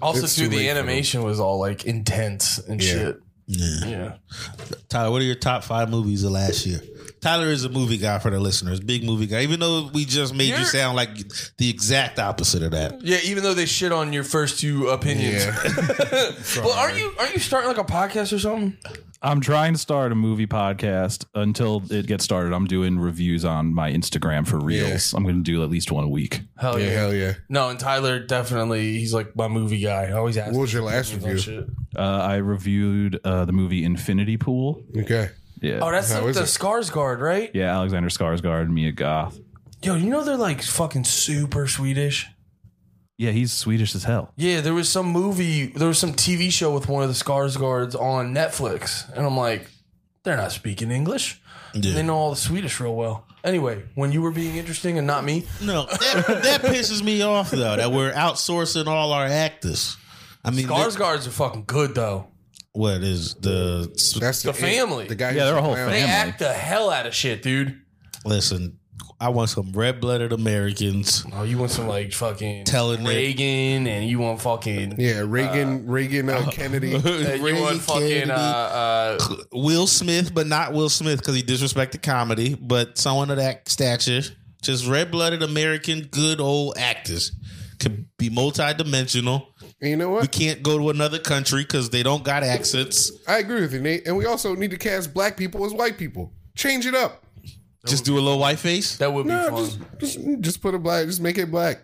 [SPEAKER 2] Also,
[SPEAKER 3] It's
[SPEAKER 2] too,
[SPEAKER 3] too late
[SPEAKER 2] the
[SPEAKER 3] for
[SPEAKER 2] animation was all like intense and shit. Yeah.
[SPEAKER 1] Tyler, what are your top five movies of last year? Tyler is a movie guy for the listeners, big movie guy. Even though we just made you
[SPEAKER 2] You're-
[SPEAKER 1] sound like the exact opposite of that.
[SPEAKER 2] Yeah, even though they shit on your first two opinions. well, aren't you aren't you starting like a podcast or something?
[SPEAKER 4] I'm trying to start a movie podcast. Until it gets started, I'm doing reviews on my Instagram for reels. I'm going to do at least one a week.
[SPEAKER 2] Hell
[SPEAKER 3] Yeah,
[SPEAKER 2] yeah.
[SPEAKER 3] hell yeah.
[SPEAKER 2] No, and Tyler definitely he's like my movie guy. I always ask
[SPEAKER 3] What was your last
[SPEAKER 2] him about
[SPEAKER 3] review?
[SPEAKER 2] shit.
[SPEAKER 4] Uh, I reviewed uh, the movie Infinity Pool.
[SPEAKER 3] Okay.
[SPEAKER 4] Yeah.
[SPEAKER 2] Oh, that's
[SPEAKER 3] How
[SPEAKER 2] like
[SPEAKER 3] is
[SPEAKER 2] the
[SPEAKER 3] it?
[SPEAKER 2] Skarsgård, right?
[SPEAKER 4] yeah, Alexander Skarsgård, Mia Goth.
[SPEAKER 2] Yo, you know they're like fucking super Swedish.
[SPEAKER 4] Yeah, he's Swedish as hell.
[SPEAKER 2] Yeah, there was some movie, there was some TV show with one of the Skarsgårds on Netflix, and I'm like, they're not speaking English. They know all the Swedish real well. Anyway, when you were being interesting and not me,
[SPEAKER 1] No, that, that pisses me off though that we're outsourcing all our actors. I mean, that-
[SPEAKER 2] Skarsgårds are fucking good though.
[SPEAKER 1] what is the
[SPEAKER 3] That's the,
[SPEAKER 2] family.
[SPEAKER 3] The guy
[SPEAKER 4] Yeah, they're a whole
[SPEAKER 2] They
[SPEAKER 4] Family.
[SPEAKER 2] act the hell out of shit, dude.
[SPEAKER 1] listen? I want some red blooded Americans.
[SPEAKER 2] Oh, you want some like fucking
[SPEAKER 1] Telling it.
[SPEAKER 2] Reagan, and you want fucking
[SPEAKER 3] Yeah, Reagan, Reagan, uh, Kennedy.
[SPEAKER 2] uh, you
[SPEAKER 1] Ray
[SPEAKER 2] want fucking
[SPEAKER 1] Kennedy,
[SPEAKER 2] uh, uh,
[SPEAKER 1] Will Smith, but not Will Smith because he disrespected comedy, but someone of that stature, just red blooded American, good old actors. Could be multidimensional.
[SPEAKER 3] And you know
[SPEAKER 1] We
[SPEAKER 3] what?
[SPEAKER 1] can't go to another country because they don't got accents.
[SPEAKER 3] I agree with you, Nate. And we also need to cast black people as white people. Change it up.
[SPEAKER 1] Just do a little white face,
[SPEAKER 2] that would be
[SPEAKER 3] No,
[SPEAKER 2] fun.
[SPEAKER 3] just, just just put a black. Just make it black.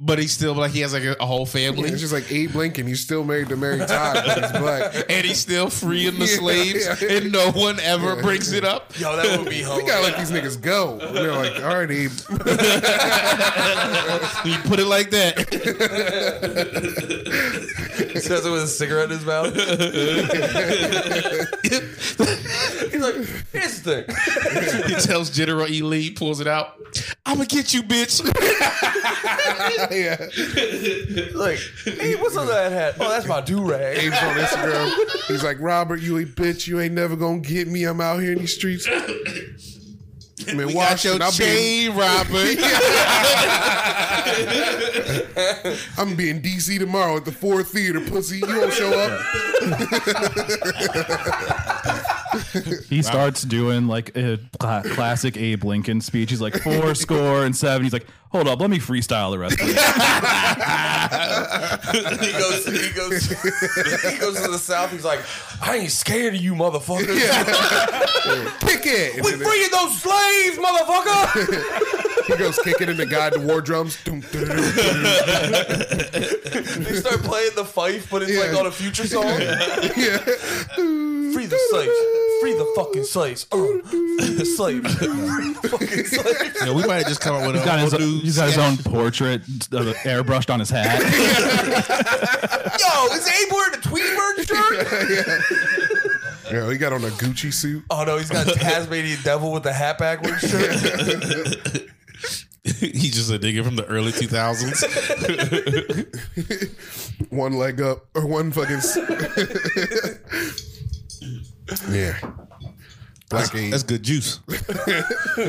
[SPEAKER 1] but he's still like he has like a, a whole family,
[SPEAKER 3] It's just like Abe Lincoln. He's still married to Mary Todd. but he's black.
[SPEAKER 1] and he's still freeing the
[SPEAKER 3] Yeah,
[SPEAKER 1] slaves,
[SPEAKER 3] yeah.
[SPEAKER 1] and no one ever brings it up.
[SPEAKER 2] Yo, that would be
[SPEAKER 3] We
[SPEAKER 2] hilarious.
[SPEAKER 3] gotta let these niggas go. And They're like, all right, Abe.
[SPEAKER 1] When you put it like that,
[SPEAKER 2] He does it with a cigarette in his mouth. He's like, here's the thing.
[SPEAKER 1] he tells General E. Lee, pulls it out. I'ma get you, bitch.
[SPEAKER 3] yeah.
[SPEAKER 2] Like, hey, what's on that hat? Oh, that's my do rag.
[SPEAKER 3] Abe's on Instagram. He's like, Robert, you a bitch. You ain't never gonna get me. I'm out here in these streets. I mean,
[SPEAKER 1] We got
[SPEAKER 3] watch
[SPEAKER 1] your
[SPEAKER 3] I'm being,
[SPEAKER 1] chain, Robert.
[SPEAKER 3] I'm being DC tomorrow at the Ford Theater, pussy. You won't show up.
[SPEAKER 4] He starts doing like a cla- classic Abe Lincoln speech. He's like four score and seven. He's like, hold up, let me freestyle the rest of it.
[SPEAKER 2] He goes, he goes, he goes to the south. He's like, I ain't scared of you, motherfuckers.
[SPEAKER 3] Kick it. And
[SPEAKER 2] We
[SPEAKER 3] then
[SPEAKER 2] freeing those slaves, motherfucker.
[SPEAKER 3] he goes kicking in the guy to war drums. Doom, doom, doom, doom.
[SPEAKER 2] they start playing the fife, but it's like
[SPEAKER 3] Yeah.
[SPEAKER 2] on a future song.
[SPEAKER 3] Yeah.
[SPEAKER 2] Free the slaves. Free the fucking slaves. Oh, free the slaves. Free the fucking slaves.
[SPEAKER 1] Yeah, we might have just come up with a
[SPEAKER 4] Got his-
[SPEAKER 1] whole new
[SPEAKER 4] he's got his
[SPEAKER 1] sketch.
[SPEAKER 4] own portrait uh, airbrushed on his hat.
[SPEAKER 2] Yo, is Abe wearing a Tweedbird shirt?
[SPEAKER 3] Yeah, he got on a Gucci suit.
[SPEAKER 2] Oh no, he's got Tasmanian devil with the hat backwards shirt.
[SPEAKER 1] He's just a nigga from the early 2000s.
[SPEAKER 3] one leg up or one fucking. s- yeah. Black Abe.
[SPEAKER 1] That's good juice.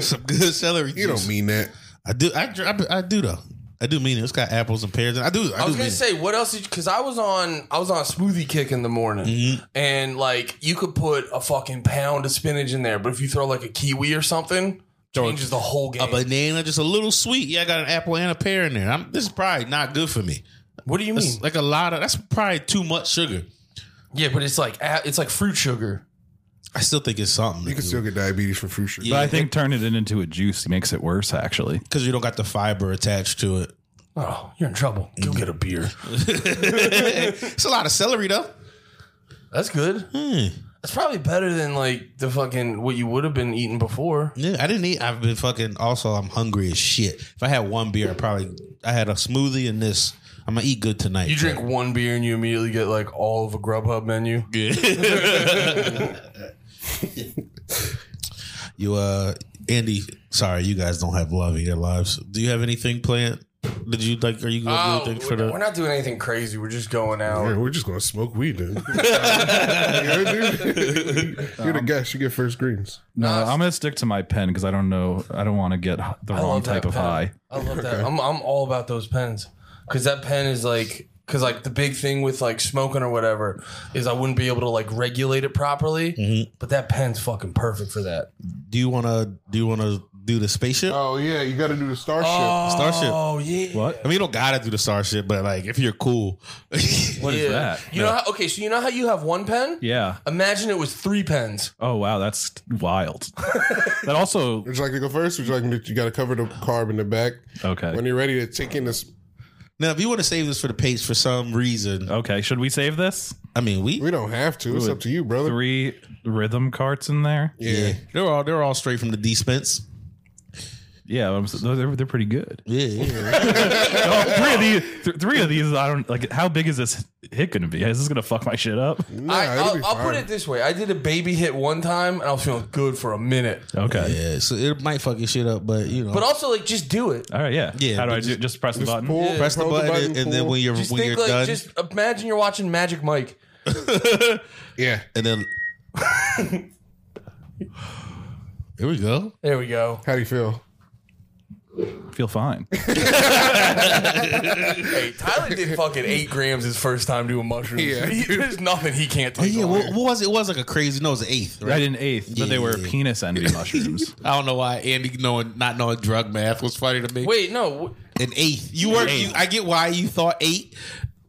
[SPEAKER 1] Some good celery
[SPEAKER 3] You don't
[SPEAKER 1] juice.
[SPEAKER 3] mean that.
[SPEAKER 1] I do. I, dr- I, I do though. I do mean it. It's got apples and pears. And I do. I,
[SPEAKER 2] I was
[SPEAKER 1] do mean
[SPEAKER 2] gonna
[SPEAKER 1] it.
[SPEAKER 2] say what else? Because I was on I was on a smoothie kick in the morning,
[SPEAKER 1] Mm-hmm.
[SPEAKER 2] and like you could put a fucking pound of spinach in there, but if you throw like a kiwi or something, changes the whole game.
[SPEAKER 1] a banana, just a little sweet. Yeah, I got an apple and a pear in there. I'm, this is probably not good for me.
[SPEAKER 2] what do you mean?
[SPEAKER 1] Like a lot of that's probably too much sugar.
[SPEAKER 2] yeah, but it's like a- it's like fruit sugar.
[SPEAKER 1] I still think it's something.
[SPEAKER 3] You can still get diabetes from fruit sugar.
[SPEAKER 1] Yeah.
[SPEAKER 4] I think turning it into a juice makes it worse, actually.
[SPEAKER 1] because you don't got the fiber attached to it.
[SPEAKER 2] Oh, you're in trouble.
[SPEAKER 1] Mm-hmm.
[SPEAKER 2] Go get a beer.
[SPEAKER 1] It's a lot of celery though. Hmm.
[SPEAKER 2] That's good. It's probably better than like the fucking what you would have been eating before.
[SPEAKER 1] Yeah, I didn't eat. I've been fucking. Also, I'm hungry as shit. If I had one beer, I probably I had a smoothie and this. I'm gonna eat good tonight.
[SPEAKER 2] You drink one beer and you immediately get like all of a Grubhub menu.
[SPEAKER 1] you, uh, Andy. Sorry, you guys don't have love in your lives. Do you have anything planned? Did you like? Are you gonna
[SPEAKER 2] Oh,
[SPEAKER 1] do anything for
[SPEAKER 2] we're
[SPEAKER 1] the?
[SPEAKER 2] not doing anything crazy. We're just going out.
[SPEAKER 3] Yeah, we're just gonna smoke weed, dude. Yeah, dude. You're the guest. You get first greens.
[SPEAKER 4] No, I'm gonna stick to my pen because I don't know. I don't want to get h- the
[SPEAKER 2] Oh, I
[SPEAKER 4] wrong
[SPEAKER 2] love that
[SPEAKER 4] type of
[SPEAKER 2] pen.
[SPEAKER 4] high.
[SPEAKER 2] I love that. I'm I'm all about those pens because that pen is like because like the big thing with like smoking or whatever is I wouldn't be able to like regulate it properly. But that pen's fucking perfect for that.
[SPEAKER 1] Do you wanna? Do you wanna do the spaceship?
[SPEAKER 3] Oh yeah, you got to do the starship.
[SPEAKER 1] Starship.
[SPEAKER 2] Oh yeah.
[SPEAKER 1] I mean, you don't gotta do the starship, but like, if you're cool,
[SPEAKER 4] What is
[SPEAKER 2] Yeah.
[SPEAKER 4] that?
[SPEAKER 2] You know how? Okay, so you know how you have one pen.
[SPEAKER 4] Yeah.
[SPEAKER 2] Imagine it was three pens.
[SPEAKER 4] Oh wow, that's wild. that also
[SPEAKER 3] Would you like to go first? Would you like me to, you got to cover the carb in the back? When
[SPEAKER 4] okay.
[SPEAKER 3] you're ready to take in this,
[SPEAKER 1] now if you want to save this for the page for some reason,
[SPEAKER 4] Okay, should we save this?
[SPEAKER 1] I mean, we
[SPEAKER 3] we don't have to. It's up to you, brother.
[SPEAKER 4] Three rhythm carts in there.
[SPEAKER 1] yeah, they're all they're all straight from the dispense.
[SPEAKER 4] Yeah, I'm, s- they're they're pretty good.
[SPEAKER 1] Yeah, yeah.
[SPEAKER 4] Oh, three of these, th- three of these. I don't like. How big is this hit gonna be? Is this gonna fuck my shit up?
[SPEAKER 3] Nah,
[SPEAKER 2] I,
[SPEAKER 3] it'll be
[SPEAKER 2] I'll, I'll put
[SPEAKER 3] fine.
[SPEAKER 2] it this way: I did a baby hit one time, and I was feeling good for a minute.
[SPEAKER 4] Okay.
[SPEAKER 1] yeah. So it might fuck your shit up, but you know,
[SPEAKER 2] But also, like, just do it.
[SPEAKER 4] All right. Yeah.
[SPEAKER 1] Yeah,
[SPEAKER 4] How do
[SPEAKER 1] but
[SPEAKER 4] I do? Just press the button.
[SPEAKER 3] Pull-
[SPEAKER 1] press the
[SPEAKER 3] pull
[SPEAKER 1] button, and, and then
[SPEAKER 3] pull.
[SPEAKER 1] when you're
[SPEAKER 2] Just
[SPEAKER 1] when
[SPEAKER 2] think
[SPEAKER 1] you're
[SPEAKER 2] like,
[SPEAKER 1] done,
[SPEAKER 2] just imagine you're watching Magic Mike.
[SPEAKER 3] yeah,
[SPEAKER 1] and then here we go.
[SPEAKER 2] There we go.
[SPEAKER 3] how do you feel?
[SPEAKER 4] Feel fine.
[SPEAKER 2] Hey, Tyler did fucking eight grams his first time doing mushrooms.
[SPEAKER 3] Yeah.
[SPEAKER 2] He- there's nothing he can't take.
[SPEAKER 1] Oh yeah,
[SPEAKER 2] on.
[SPEAKER 1] what, what was it? It was like a crazy. No, it was an eighth,
[SPEAKER 4] I
[SPEAKER 1] right?
[SPEAKER 4] did an eighth, but they were
[SPEAKER 1] Yeah.
[SPEAKER 4] penis envy mushrooms.
[SPEAKER 1] I don't know why Andy knowing not knowing drug math was funny to me.
[SPEAKER 2] Wait, no.
[SPEAKER 1] an eighth. You were. You, I get why you thought eight.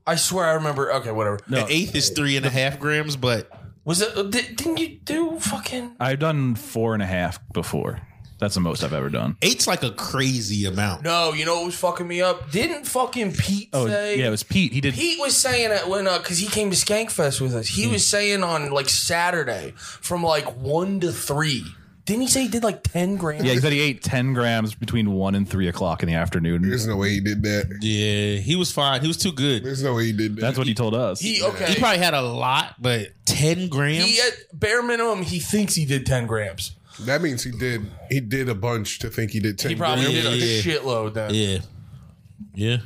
[SPEAKER 2] I swear I remember. Okay, whatever.
[SPEAKER 1] An eighth is three and a half grams, but
[SPEAKER 2] Was it? Did, didn't you do fucking?
[SPEAKER 4] I've done four and a half before. That's the most I've ever done.
[SPEAKER 1] eight's like a crazy amount.
[SPEAKER 2] No, you know what was fucking me up? Didn't fucking Pete
[SPEAKER 4] Oh
[SPEAKER 2] say?
[SPEAKER 4] yeah, it was Pete. He did.
[SPEAKER 2] Pete was saying that when uh 'cause cause he came to Skankfest with us. He was saying on like Saturday from like one to three. Didn't he say he did like ten grams?
[SPEAKER 4] Yeah, he said he ate ten grams between one and three o'clock in the afternoon.
[SPEAKER 3] There's no way he did that.
[SPEAKER 1] Yeah, he was fine. He was too good.
[SPEAKER 3] There's no way he did that.
[SPEAKER 4] That's what he told us.
[SPEAKER 2] He okay.
[SPEAKER 1] He probably had a lot, but ten grams.
[SPEAKER 2] he at bare minimum he thinks he did ten grams.
[SPEAKER 3] that means he did. He did a bunch to think he did ten.
[SPEAKER 2] He probably
[SPEAKER 1] Yeah,
[SPEAKER 2] did a
[SPEAKER 1] yeah.
[SPEAKER 2] shitload then.
[SPEAKER 1] Yeah. Yeah.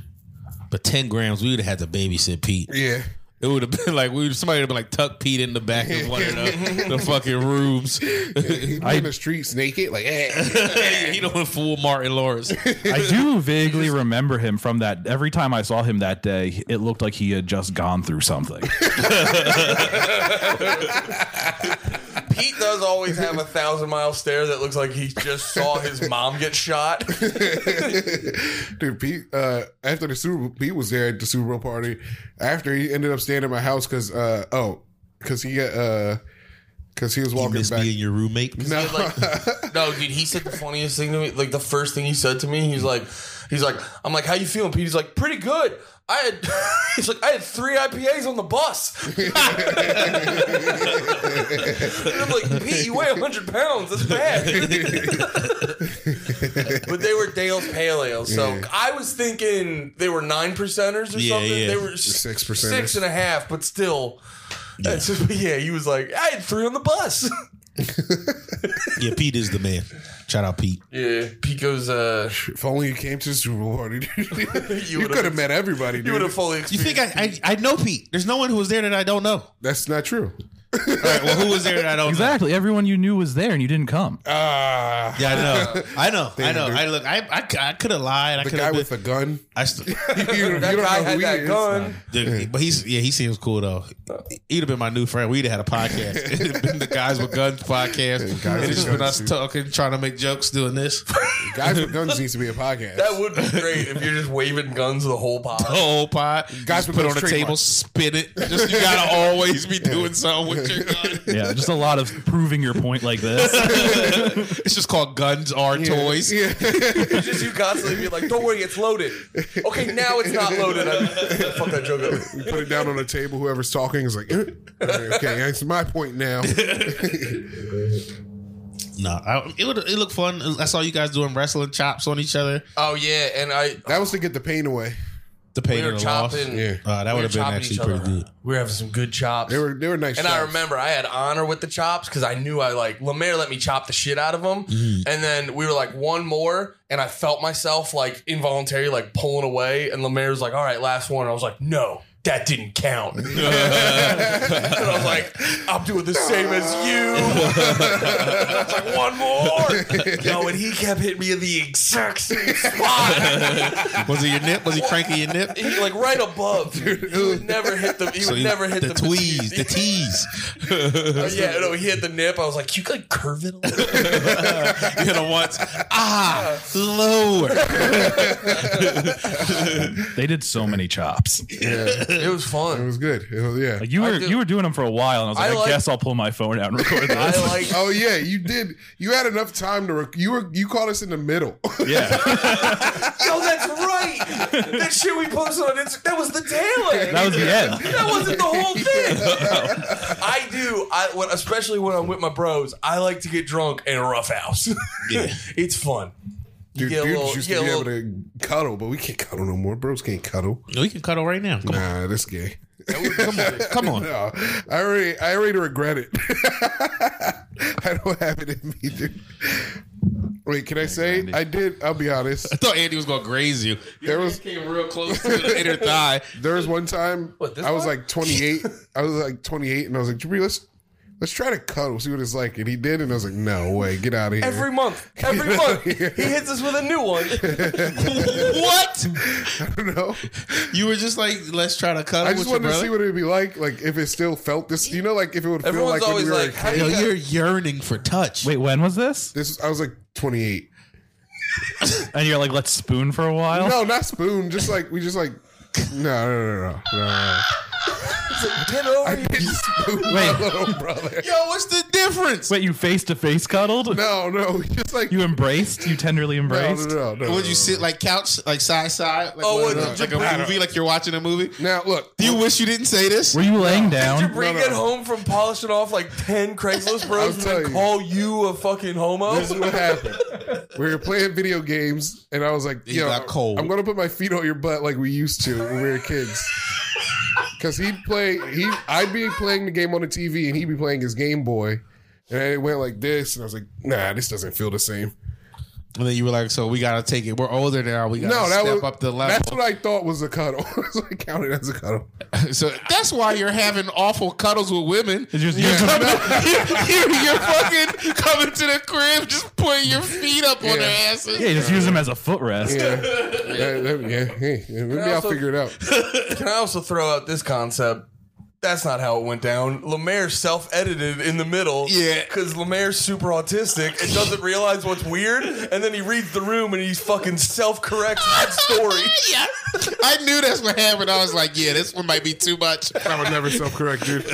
[SPEAKER 1] But 10 grams, we would have had to babysit Pete.
[SPEAKER 3] yeah.
[SPEAKER 1] It would have been like, we would, somebody would have been like, tuck Pete in the back of one of the, the fucking rooms.
[SPEAKER 3] He'd be in the streets naked, like eh.
[SPEAKER 1] he don't want fool Martin Lawrence.
[SPEAKER 4] I do vaguely remember him from that. Every time I saw him that day, it looked like he had just gone through something.
[SPEAKER 2] Pete does always have a thousand mile stare that looks like he just saw his mom get shot.
[SPEAKER 3] Dude, Pete, uh, after the Super Bowl, Pete was there at the Super Bowl party. After he ended up staying at my house because, uh, oh, because he, uh, because he was walking
[SPEAKER 1] Miss
[SPEAKER 3] back.
[SPEAKER 1] being your roommate.
[SPEAKER 3] no,
[SPEAKER 2] Like, no, dude, he said the funniest thing to me. Like the first thing he said to me, he's like, he's like, I'm like, how you feeling, Pete? He's like, pretty good. I had, he's like, I had three IPAs on the bus. and I'm like, Pete, you weigh 100 pounds. That's bad. but they were Dale's Pale Ale, so I was thinking they were nine percenters or
[SPEAKER 1] Yeah,
[SPEAKER 2] something.
[SPEAKER 1] yeah.
[SPEAKER 2] They were six
[SPEAKER 3] Six percenters.
[SPEAKER 2] six and a half, but still. That's just- yeah, he was like, I had three on the bus.
[SPEAKER 1] Yeah, Pete is the man. Shout out Pete.
[SPEAKER 2] Yeah, Pico's. Uh,
[SPEAKER 3] if only you came to the Super Bowl party, dude. you,
[SPEAKER 2] would've-
[SPEAKER 3] could have met everybody,
[SPEAKER 2] you would
[SPEAKER 3] dude.
[SPEAKER 2] have fully.
[SPEAKER 1] You
[SPEAKER 2] Experienced.
[SPEAKER 1] think I, I I know Pete. There's no one who was there that I don't know.
[SPEAKER 3] That's not true.
[SPEAKER 1] All right, well, who was there that I don't know?
[SPEAKER 4] exactly. Everyone you knew was there, and you didn't come.
[SPEAKER 3] Ah,
[SPEAKER 1] Yeah, I know. I know. I know. I look. I I, I could have lied. I
[SPEAKER 3] the
[SPEAKER 1] could
[SPEAKER 3] guy
[SPEAKER 1] have.
[SPEAKER 3] with a gun.
[SPEAKER 1] I st-
[SPEAKER 3] you, you don't
[SPEAKER 2] that guy
[SPEAKER 3] know who
[SPEAKER 2] had
[SPEAKER 3] he
[SPEAKER 2] that
[SPEAKER 3] is.
[SPEAKER 2] gun?
[SPEAKER 1] Dude, but he's yeah, he seems cool though. He'd have been my new friend. We'd have had a podcast. It'd have been the guys with guns podcast.
[SPEAKER 3] Guys
[SPEAKER 1] and it's
[SPEAKER 3] with
[SPEAKER 1] just been
[SPEAKER 3] Guns,
[SPEAKER 1] us talking, trying to make jokes, doing this
[SPEAKER 3] Guys with guns needs to be a podcast.
[SPEAKER 2] That would be great if you're just waving guns the whole pod.
[SPEAKER 1] whole pot.
[SPEAKER 3] Guys
[SPEAKER 1] Guys
[SPEAKER 3] with
[SPEAKER 1] put it
[SPEAKER 3] Guns
[SPEAKER 1] on the table, spin
[SPEAKER 3] trademark.
[SPEAKER 1] it. Just you gotta always be doing something with your gun.
[SPEAKER 4] Yeah, just a lot of proving your point like this.
[SPEAKER 1] It's just called guns are toys.
[SPEAKER 3] yeah.
[SPEAKER 2] It's just you constantly be like, "Don't worry, it's loaded." Okay, now it's not loaded. I fuck that joke up.
[SPEAKER 3] Put it down on the table. Whoever's talking is like, "Eh, okay, it's my point now.
[SPEAKER 1] No, I, it would it looked fun. I saw you guys doing wrestling chops on each other.
[SPEAKER 2] Oh yeah, and I
[SPEAKER 3] That was to get the pain away.
[SPEAKER 1] The pain
[SPEAKER 2] we were
[SPEAKER 1] and the loss.
[SPEAKER 2] chopping.
[SPEAKER 3] Yeah.
[SPEAKER 1] Uh, that would have
[SPEAKER 2] we were
[SPEAKER 1] been
[SPEAKER 2] chopping
[SPEAKER 1] actually
[SPEAKER 2] each other.
[SPEAKER 1] pretty good.
[SPEAKER 2] We were having some good chops.
[SPEAKER 3] They were they were nice.
[SPEAKER 2] And I
[SPEAKER 3] shots.
[SPEAKER 2] remember I had honor with the chops because I knew I like Lemaire let me chop the shit out of him,
[SPEAKER 1] Mm.
[SPEAKER 2] and then we were like one more, and I felt myself like involuntary like pulling away, and Lemaire was like, "All right, last one." And I was like, "No, that didn't count." and I was like, "I'm doing the same as you." I was like, "One more." Yo, and he kept hitting me in the exact same spot,
[SPEAKER 1] Was it your nip? Was he cranking your nip?
[SPEAKER 2] He, like right above. He would never hit the. He would
[SPEAKER 1] you-
[SPEAKER 2] never hit
[SPEAKER 1] the
[SPEAKER 2] the
[SPEAKER 1] tweeze, the tease.
[SPEAKER 2] Oh, yeah, no, he hit the nip. I was like, you could curve it a little. bit."
[SPEAKER 1] you hit him once. Ah, lower.
[SPEAKER 4] They did so many chops.
[SPEAKER 2] it was
[SPEAKER 3] it
[SPEAKER 2] fun.
[SPEAKER 3] was good. It was- yeah.
[SPEAKER 4] Like you were
[SPEAKER 2] do-
[SPEAKER 4] you were doing them for a while, and I was like,
[SPEAKER 2] I
[SPEAKER 4] I,
[SPEAKER 2] like-
[SPEAKER 4] guess I'll pull my phone out and record
[SPEAKER 2] I
[SPEAKER 4] this.
[SPEAKER 2] like.
[SPEAKER 3] Oh yeah, you did. You had enough time to. Rec- you were you caught us in the middle.
[SPEAKER 4] yeah,
[SPEAKER 2] Yo, that's right. That shit we posted on Instagram. That was the tail end.
[SPEAKER 4] that was the end.
[SPEAKER 2] That wasn't the whole thing. I do. I when, especially when I'm with my bros. I like to get drunk and rough house.
[SPEAKER 1] Yeah.
[SPEAKER 2] it's fun.
[SPEAKER 3] Dude,
[SPEAKER 2] get a
[SPEAKER 3] dudes
[SPEAKER 2] little-
[SPEAKER 3] used
[SPEAKER 2] you get
[SPEAKER 3] to be
[SPEAKER 2] a
[SPEAKER 3] able to cuddle, but we can't cuddle no more. Bros can't cuddle.
[SPEAKER 1] We can cuddle right now. Come on.
[SPEAKER 3] Nah, that's gay.
[SPEAKER 1] Come on. Come on.
[SPEAKER 3] No, I already, I already regret it. I don't have it in me, dude. Wait, can I say I did? I'll be honest.
[SPEAKER 1] I thought Andy was gonna graze you.
[SPEAKER 3] There was
[SPEAKER 1] Came real close to the inner thigh.
[SPEAKER 3] there was one time
[SPEAKER 2] What, this
[SPEAKER 3] I was
[SPEAKER 2] one?
[SPEAKER 3] like 28. I was like 28, and I was like, Jabri, let's let's try to cuddle, see what it's like. And he did, and I was like, No way, get out of here.
[SPEAKER 2] Every month, every month, he hits us with a new one.
[SPEAKER 1] what?
[SPEAKER 3] I don't know.
[SPEAKER 1] You were just like, let's try to cuddle
[SPEAKER 3] I just
[SPEAKER 1] with your
[SPEAKER 3] wanted to
[SPEAKER 1] brother.
[SPEAKER 3] see what it would be like, like if it still felt this. You know, like if it would feel
[SPEAKER 2] Everyone's
[SPEAKER 3] like when
[SPEAKER 2] always
[SPEAKER 3] we were.
[SPEAKER 2] like,
[SPEAKER 3] a
[SPEAKER 2] "How
[SPEAKER 3] kid."
[SPEAKER 2] do
[SPEAKER 1] Yo,
[SPEAKER 2] you guys-
[SPEAKER 1] you're yearning for touch.
[SPEAKER 4] Wait, when was this?
[SPEAKER 3] this, I was like 28.
[SPEAKER 4] And you're like, let's spoon for a while.
[SPEAKER 3] No, not spoon. Just like we just like. No, no, no, no, no. no.
[SPEAKER 2] Get over here.
[SPEAKER 3] Didn't spoon my
[SPEAKER 4] Wait.
[SPEAKER 3] little brother.
[SPEAKER 1] yo, what's the difference?
[SPEAKER 4] Wait, you face to face cuddled?
[SPEAKER 3] No, no, just like
[SPEAKER 4] You embraced? You tenderly
[SPEAKER 3] no,
[SPEAKER 4] embraced?
[SPEAKER 3] no, no, no.
[SPEAKER 1] Would you sit like couch, like side side, like,
[SPEAKER 2] Oh,
[SPEAKER 1] one of
[SPEAKER 2] what,
[SPEAKER 1] those-
[SPEAKER 2] did
[SPEAKER 1] like
[SPEAKER 2] you-
[SPEAKER 1] a movie, like you're watching a movie?
[SPEAKER 3] Now look,
[SPEAKER 1] Do you wish you didn't say this?
[SPEAKER 4] Were you laying
[SPEAKER 2] Did
[SPEAKER 4] down?
[SPEAKER 2] you bring
[SPEAKER 3] No, no.
[SPEAKER 2] it home from polishing off like 10 Craigslist bros and
[SPEAKER 3] tell
[SPEAKER 2] then
[SPEAKER 3] you.
[SPEAKER 2] call you a fucking homo?
[SPEAKER 3] this is what happened. We were playing video games, and I was like,
[SPEAKER 1] He
[SPEAKER 3] "Yo,
[SPEAKER 1] got cold.
[SPEAKER 3] I'm gonna put my feet on your butt like we used to when we were kids." Because he'd play, he I'd be playing the game on the TV, and he'd be playing his Game Boy, and it went like this, and I was like, "Nah, this doesn't feel the same."
[SPEAKER 1] And then you were like, so we gotta take it. We're older now. We gotta
[SPEAKER 3] No, that
[SPEAKER 1] step
[SPEAKER 3] was
[SPEAKER 1] up the
[SPEAKER 3] That's
[SPEAKER 1] level.
[SPEAKER 3] what I thought was a cuddle. so I counted as a cuddle.
[SPEAKER 1] so that's why you're having awful cuddles with women.
[SPEAKER 4] It's just-
[SPEAKER 1] you're, coming, you're, you're fucking coming to the crib, just putting your feet up on their asses.
[SPEAKER 4] Yeah, you just use them as a footrest.
[SPEAKER 3] Yeah, yeah, that- yeah. Hey, maybe I'll
[SPEAKER 2] also-
[SPEAKER 3] figure it out.
[SPEAKER 2] Can I also throw out this concept? That's not how it went down. Lemaire self edited in the middle.
[SPEAKER 1] Yeah.
[SPEAKER 2] Because Lemaire's super autistic and doesn't realize what's weird. And then he reads the room and he's fucking self corrects that story.
[SPEAKER 1] Yeah. I knew that's what happened. I was like, yeah, this one might be too much.
[SPEAKER 3] I would never self-correct, dude.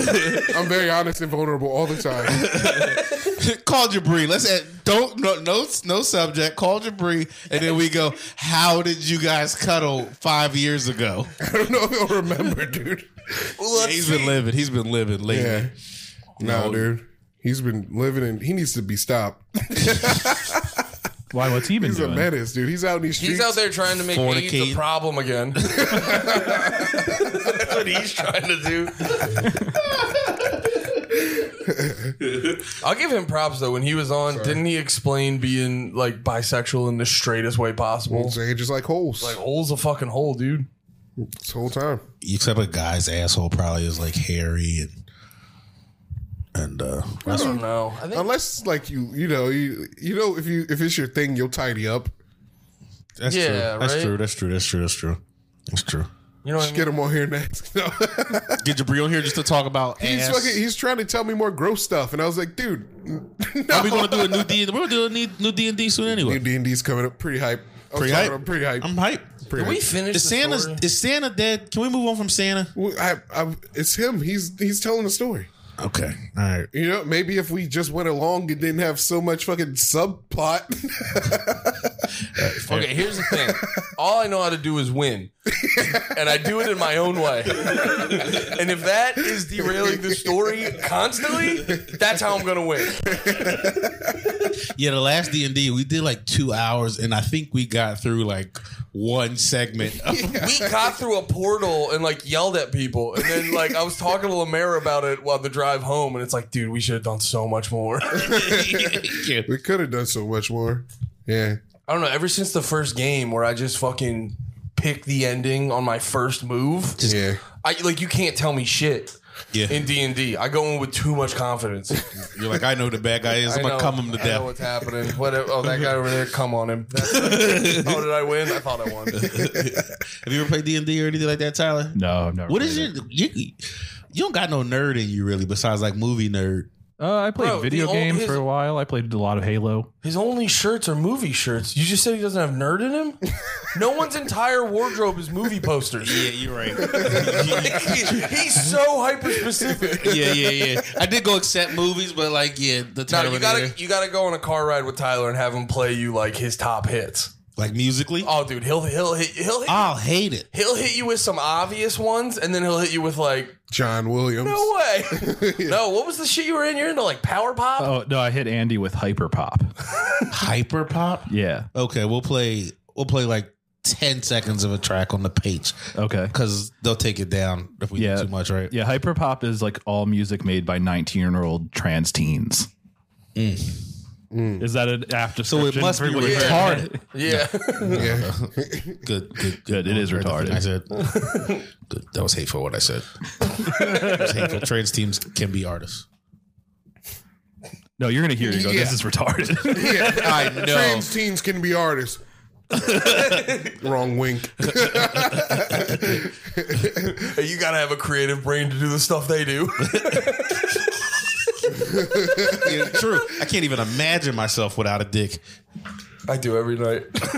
[SPEAKER 3] I'm very honest and vulnerable all the time.
[SPEAKER 1] Call Jabri. Let's add, don't no, no no subject. Call Jabri, and then we go. How did you guys cuddle five years ago?
[SPEAKER 3] I don't know if you'll remember, dude.
[SPEAKER 2] Well, let's
[SPEAKER 1] He's
[SPEAKER 2] see.
[SPEAKER 1] been living. He's been living lately.
[SPEAKER 3] Yeah. No, dude. He's been living in. He needs to be stopped.
[SPEAKER 4] Why? What's he been
[SPEAKER 3] He's a
[SPEAKER 4] doing?
[SPEAKER 3] menace, dude. He's out in these streets.
[SPEAKER 2] He's out there trying to make AIDS
[SPEAKER 1] Fornicate.
[SPEAKER 2] a problem again. That's what he's trying to do. I'll give him props though. When he was on, didn't he explain being like bisexual in the straightest way possible?
[SPEAKER 3] Saying just like holes
[SPEAKER 2] Like, hole's a fucking hole, dude.
[SPEAKER 3] this whole time.
[SPEAKER 1] Except a guy's asshole probably is like hairy and and uh,
[SPEAKER 2] I don't know. I think
[SPEAKER 3] Unless like you, you know, you, you know, if you if it's your thing, you'll tidy up.
[SPEAKER 1] that's
[SPEAKER 2] Yeah,
[SPEAKER 1] true. That's
[SPEAKER 2] right?
[SPEAKER 1] true. That's true. That's true. That's true. That's true.
[SPEAKER 2] you know what I
[SPEAKER 3] Just
[SPEAKER 2] mean.
[SPEAKER 3] get him on here next. No.
[SPEAKER 1] Get Jabri on here just to talk about
[SPEAKER 3] he's
[SPEAKER 1] ass.
[SPEAKER 3] fucking. He's trying to tell me more gross stuff, and I was like, dude,
[SPEAKER 1] Are we gonna do a new D? We're gonna do a new- new D and D soon anyway.
[SPEAKER 3] new D and D's coming up. Pretty hype. I was
[SPEAKER 1] Pretty
[SPEAKER 3] talking
[SPEAKER 1] hype.
[SPEAKER 3] about Pretty hype.
[SPEAKER 1] I'm hype.
[SPEAKER 3] pretty
[SPEAKER 2] Can
[SPEAKER 3] hype.
[SPEAKER 2] we finish
[SPEAKER 1] Is
[SPEAKER 2] the
[SPEAKER 1] Santa's
[SPEAKER 2] story?
[SPEAKER 1] is Santa dead? Can we move on from Santa?
[SPEAKER 3] Well, I, I, it's him. He's he's telling the story.
[SPEAKER 1] Okay. All right.
[SPEAKER 3] You know, maybe if we just went along and didn't have so much fucking subplot,
[SPEAKER 2] Okay, here's the thing. All I know how to do is win. And I do it in my own way. And if that is derailing the story constantly, that's how I'm going to win.
[SPEAKER 1] Yeah, the last D and D we did like two hours, and I think we got through like one segment. of-
[SPEAKER 2] We got through a portal and like yelled at people. And then like I was talking to Lamar about it while the drive home and it's like, dude, we should have done so much more.
[SPEAKER 1] Yeah.
[SPEAKER 3] We could have done so much more. Yeah.
[SPEAKER 2] I don't know, ever since the first game where I just fucking picked the ending on my first move,
[SPEAKER 3] Yeah.
[SPEAKER 2] I like you can't tell me shit.
[SPEAKER 1] Yeah.
[SPEAKER 2] In D and D, I go in with too much confidence.
[SPEAKER 1] You're like, I know the bad guy is. I'm
[SPEAKER 2] I
[SPEAKER 1] gonna
[SPEAKER 2] know-
[SPEAKER 1] cum him to
[SPEAKER 2] I know
[SPEAKER 1] death.
[SPEAKER 2] what's happening. Whatever. Oh, that guy over there, come on him. That's- oh, did I win? I thought I won.
[SPEAKER 1] Have you ever played D and D or anything like that, Tyler?
[SPEAKER 4] No, I've never.
[SPEAKER 1] What
[SPEAKER 4] played
[SPEAKER 1] is
[SPEAKER 4] it?
[SPEAKER 1] your you? You don't got no nerd in you really, besides like movie nerd.
[SPEAKER 4] Uh, I played
[SPEAKER 2] Bro, the
[SPEAKER 4] video
[SPEAKER 2] old-
[SPEAKER 4] games
[SPEAKER 2] his-
[SPEAKER 4] for a while. I played a lot of Halo.
[SPEAKER 2] His only shirts are movie shirts. You just said he doesn't have nerd in him. No one's entire wardrobe is movie posters.
[SPEAKER 1] Yeah, you're right.
[SPEAKER 2] He's so hyper specific.
[SPEAKER 1] yeah, yeah, yeah. I did go accept movies, but like, yeah, the
[SPEAKER 2] No,
[SPEAKER 1] Terminator,
[SPEAKER 2] you gotta you gotta go on a car ride with Tyler and have him play you like his top hits.
[SPEAKER 1] like musically.
[SPEAKER 2] Oh, dude, he'll he'll hit he'll hit,
[SPEAKER 1] I'll hate it.
[SPEAKER 2] he'll hit you with some obvious ones, and then he'll hit you with like
[SPEAKER 3] John Williams.
[SPEAKER 2] no way. No, what was the shit you were in? You're into like power pop.
[SPEAKER 4] Oh no, I hit Andy with Hyper Pop.
[SPEAKER 1] Hyper pop.
[SPEAKER 4] Yeah.
[SPEAKER 1] Okay, we'll play. We'll play like ten seconds of a track on the page
[SPEAKER 4] Okay.
[SPEAKER 1] because they'll take it down if we
[SPEAKER 4] Yeah.
[SPEAKER 1] do too much, right?
[SPEAKER 4] Yeah, Hyper Pop is like all music made by 19-year-old trans teens. Is that an after?
[SPEAKER 1] So it must be retarded.
[SPEAKER 2] Yeah.
[SPEAKER 3] Yeah.
[SPEAKER 1] Good, good,
[SPEAKER 4] Good, it is retarded.
[SPEAKER 1] I said good. that was hateful. What I said. It was hateful. Trans teams can be artists.
[SPEAKER 4] No, you're gonna hear it and go. This is retarded.
[SPEAKER 3] yeah.
[SPEAKER 1] I know.
[SPEAKER 3] Trans teens can be artists. Wrong wink.
[SPEAKER 2] Hey, you gotta have a creative brain to do the stuff they do.
[SPEAKER 1] True. I can't even imagine myself without a dick.
[SPEAKER 2] I do every night. That's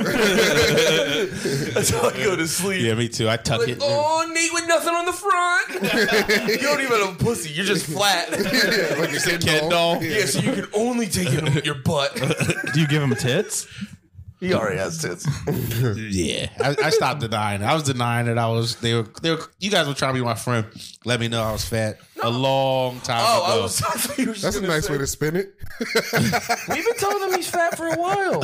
[SPEAKER 2] how I go to sleep.
[SPEAKER 1] Yeah, me too. I tuck
[SPEAKER 2] Like,
[SPEAKER 1] it.
[SPEAKER 2] oh, neat with nothing on the front. you don't even have a pussy. You're just flat.
[SPEAKER 3] Yeah, like you said,
[SPEAKER 1] Ken
[SPEAKER 3] doll.
[SPEAKER 1] doll.
[SPEAKER 2] yeah, so you can only take it in your butt.
[SPEAKER 4] Do you give him tits?
[SPEAKER 2] He already has tits.
[SPEAKER 1] Yeah, I, I stopped denying. it. I was denying that I was. They were. They were. You guys were trying to be my friend. Let me know I was fat a long time
[SPEAKER 2] Oh,
[SPEAKER 1] ago.
[SPEAKER 2] I was. I thought you were just
[SPEAKER 3] That's a
[SPEAKER 2] gonna
[SPEAKER 3] nice
[SPEAKER 2] say-
[SPEAKER 3] way to spin it.
[SPEAKER 2] We've been telling him he's fat for a while.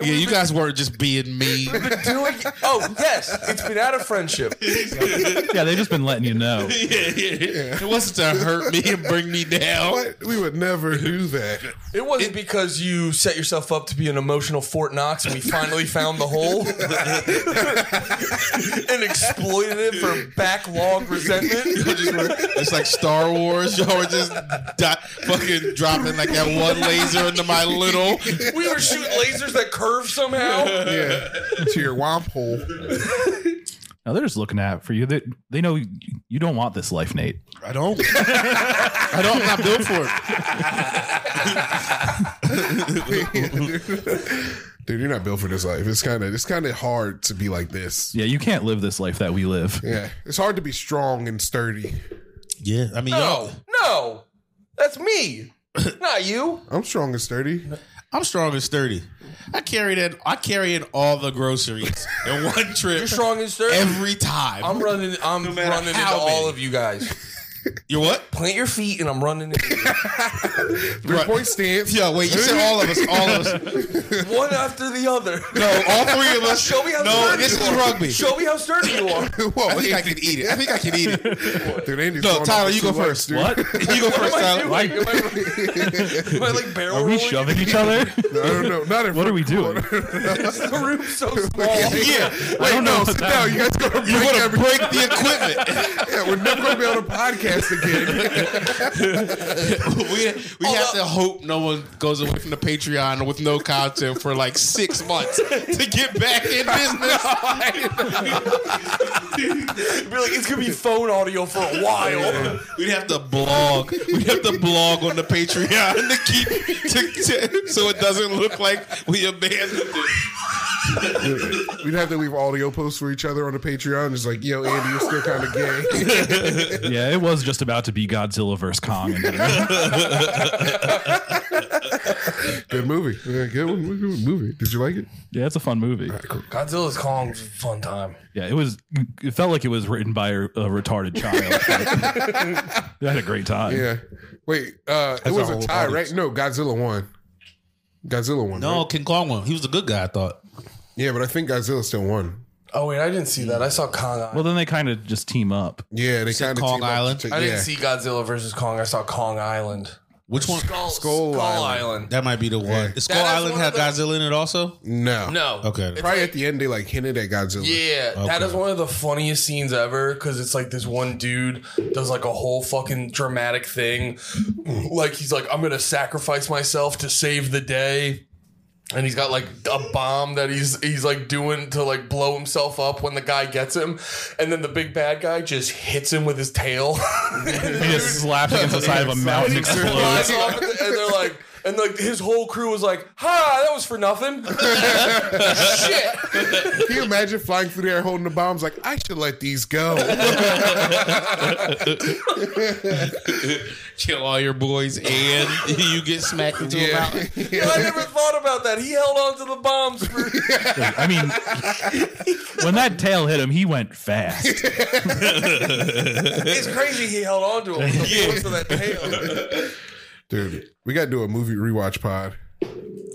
[SPEAKER 1] yeah, you guys weren't just being mean.
[SPEAKER 2] Been doing. Oh yes, it's been out of friendship.
[SPEAKER 4] Yeah, they've just been letting you know.
[SPEAKER 1] It wasn't to hurt me and bring me down.
[SPEAKER 3] What? We would never do that.
[SPEAKER 2] It wasn't because you set yourself up to be an emotional Fort Knox and we finally found the hole and exploited it for backlog resentment.
[SPEAKER 1] Just were- It's like Star Wars. Y'all were just di- fucking dropping like that one laser into my little.
[SPEAKER 2] We were shooting lasers that curve somehow.
[SPEAKER 3] Yeah. to your womp hole.
[SPEAKER 4] Now they're just looking out for you. They they know you don't want this life, Nate.
[SPEAKER 1] I don't. I don't. I'm not built for it.
[SPEAKER 3] Dude, you're not built for this life. It's kind of it's kind of hard to be like this.
[SPEAKER 4] Yeah, you can't live this life that we live.
[SPEAKER 3] Yeah, it's hard to be strong and sturdy.
[SPEAKER 1] Yeah, I mean,
[SPEAKER 2] No,
[SPEAKER 1] y'all,
[SPEAKER 2] no, that's me, not you.
[SPEAKER 3] I'm strong and sturdy.
[SPEAKER 1] I'm strong and sturdy. I carry that. I carry in all the groceries in one
[SPEAKER 2] You're
[SPEAKER 1] trip
[SPEAKER 2] strong and sturdy.
[SPEAKER 1] every time.
[SPEAKER 2] I'm running. I'm
[SPEAKER 1] matter
[SPEAKER 2] running into
[SPEAKER 1] how
[SPEAKER 2] all
[SPEAKER 1] many.
[SPEAKER 2] of you guys.
[SPEAKER 1] You're what?
[SPEAKER 2] Plant your feet, and I'm running into you.
[SPEAKER 3] Three point stance.
[SPEAKER 1] Yeah, wait. You said all of us. All of us.
[SPEAKER 2] one after the other.
[SPEAKER 1] No, all three of us.
[SPEAKER 2] Show me how
[SPEAKER 1] No,
[SPEAKER 2] sturdy
[SPEAKER 1] this
[SPEAKER 2] you
[SPEAKER 1] is
[SPEAKER 2] are.
[SPEAKER 1] rugby.
[SPEAKER 2] Show me how sturdy you are.
[SPEAKER 3] Whoa,
[SPEAKER 1] I think I can eat it. I think I can eat it.
[SPEAKER 3] dude, Andy's
[SPEAKER 1] No,
[SPEAKER 3] going
[SPEAKER 1] Tyler,
[SPEAKER 3] off
[SPEAKER 1] you
[SPEAKER 3] for
[SPEAKER 1] go
[SPEAKER 3] two months,
[SPEAKER 1] first.
[SPEAKER 3] dude.
[SPEAKER 4] What?
[SPEAKER 1] You go first,
[SPEAKER 2] What am I
[SPEAKER 1] Tyler.
[SPEAKER 2] doing?
[SPEAKER 4] Why-
[SPEAKER 2] Am I, am I, like barrel
[SPEAKER 4] Are we
[SPEAKER 2] rolling?
[SPEAKER 4] shoving each other?
[SPEAKER 3] I don't know. Not in
[SPEAKER 4] What
[SPEAKER 3] front
[SPEAKER 4] are we
[SPEAKER 3] of
[SPEAKER 4] doing?
[SPEAKER 2] The room's so small.
[SPEAKER 1] Yeah,
[SPEAKER 4] I don't know.
[SPEAKER 3] No,
[SPEAKER 4] what
[SPEAKER 3] sit
[SPEAKER 4] that
[SPEAKER 3] down. You guys gonna break
[SPEAKER 1] you're gonna
[SPEAKER 3] every-
[SPEAKER 1] break the equipment.
[SPEAKER 3] Yeah, we're never gonna be on a podcast again.
[SPEAKER 1] we we have to hope no one goes away from the Patreon with no content for like six months to get back in business.
[SPEAKER 2] Be like, it's gonna be phone audio for a while.
[SPEAKER 1] We'd have to blog. We'd have to blog on the Patreon to keep to, to- so it doesn't look like we abandoned it.
[SPEAKER 3] We'd have to leave audio posts for each other on the Patreon. It's like, yo, Andy, you're still kind of gay.
[SPEAKER 4] Yeah, it was just about to be Godzilla versus Kong.
[SPEAKER 3] good movie. Yeah, good one. Good movie. Did you like it?
[SPEAKER 4] yeah, it's a fun movie.
[SPEAKER 2] Godzilla's Kong was a fun time.
[SPEAKER 4] Yeah, it was. It felt like it was written by a, a retarded child. I had a great time.
[SPEAKER 3] Yeah. Wait, uh, it was
[SPEAKER 1] our
[SPEAKER 3] a
[SPEAKER 1] whole
[SPEAKER 3] tie,
[SPEAKER 1] audience.
[SPEAKER 3] right? No, Godzilla won. Godzilla won.
[SPEAKER 1] No,
[SPEAKER 3] right?
[SPEAKER 1] King Kong won. He was a good guy, I thought.
[SPEAKER 3] Yeah, but I think Godzilla still won.
[SPEAKER 2] Oh wait, I didn't see that. I saw Kong. Island.
[SPEAKER 4] Well, then they kind of just team up.
[SPEAKER 3] Yeah, they kind of
[SPEAKER 1] Kong Island?
[SPEAKER 2] I
[SPEAKER 3] yeah.
[SPEAKER 2] didn't see Godzilla versus Kong. I saw Kong Island.
[SPEAKER 1] Which one?
[SPEAKER 2] Skull,
[SPEAKER 3] Skull
[SPEAKER 2] Skull
[SPEAKER 3] Island.
[SPEAKER 2] Island.
[SPEAKER 1] That might be the one. Does Skull
[SPEAKER 2] That is
[SPEAKER 1] Island
[SPEAKER 2] one
[SPEAKER 1] have
[SPEAKER 2] of the-
[SPEAKER 1] Godzilla in it also?
[SPEAKER 3] No.
[SPEAKER 2] No.
[SPEAKER 1] Okay.
[SPEAKER 2] It's
[SPEAKER 3] Probably
[SPEAKER 2] like-
[SPEAKER 3] at the end they like hinted at Godzilla.
[SPEAKER 2] Yeah, that is one of the funniest scenes ever because it's like this one dude does like a whole fucking dramatic thing. Like he's like, I'm gonna sacrifice myself to save the day. And he's got like a bomb that he's he's like doing to like blow himself up when the guy gets him, and then the big bad guy just hits him with his tail. And
[SPEAKER 4] He just slapped against the side of a mountain and explodes.
[SPEAKER 2] flies off, and they're like, and like his whole crew was like, "Ha, that was for nothing." Shit.
[SPEAKER 3] Can you imagine flying through the air holding the bombs? Like, I should let these go.
[SPEAKER 1] Kill all your boys and you get smacked into a
[SPEAKER 3] yeah.
[SPEAKER 1] mountain.
[SPEAKER 2] I never thought about that. He held on to the bombs for
[SPEAKER 4] I mean, when that tail hit him, he went fast.
[SPEAKER 2] It's crazy he held on to him for the force of that tail.
[SPEAKER 3] Dude, we got to do a movie rewatch pod.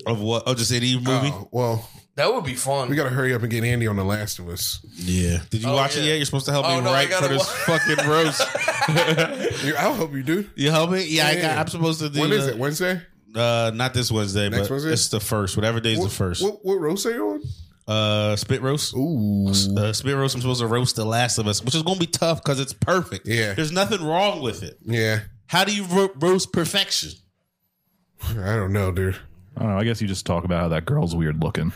[SPEAKER 1] Of what? Oh, just any movie?
[SPEAKER 3] Oh, well,
[SPEAKER 2] That would be fun.
[SPEAKER 3] we got to hurry up and get Andy on The Last of Us.
[SPEAKER 1] Yeah. Did you
[SPEAKER 2] Oh,
[SPEAKER 1] watch it
[SPEAKER 2] yeah.
[SPEAKER 1] yet? You're supposed to help
[SPEAKER 2] Oh,
[SPEAKER 1] me
[SPEAKER 2] no, I
[SPEAKER 1] write for
[SPEAKER 2] gotta
[SPEAKER 1] this fucking roast.
[SPEAKER 3] You- I'll help you, dude.
[SPEAKER 1] You help me? Yeah, I got,
[SPEAKER 3] Yeah.
[SPEAKER 1] I'm supposed to do.
[SPEAKER 3] When
[SPEAKER 1] the,
[SPEAKER 3] is it? Wednesday?
[SPEAKER 1] Uh, not this Wednesday,
[SPEAKER 3] Next
[SPEAKER 1] but
[SPEAKER 3] Wednesday?
[SPEAKER 1] it's the first. Whatever day is the first.
[SPEAKER 3] What, what roast are you
[SPEAKER 1] Uh, spit roast.
[SPEAKER 3] on? Ooh.
[SPEAKER 1] Uh, spit roast. I'm supposed to roast The Last of Us, which is going to be tough because it's perfect.
[SPEAKER 3] Yeah.
[SPEAKER 1] There's nothing wrong with it.
[SPEAKER 3] Yeah.
[SPEAKER 1] How do you ro- roast perfection?
[SPEAKER 3] I don't know, dude.
[SPEAKER 4] I don't know. I guess you just talk about how that girl's weird looking.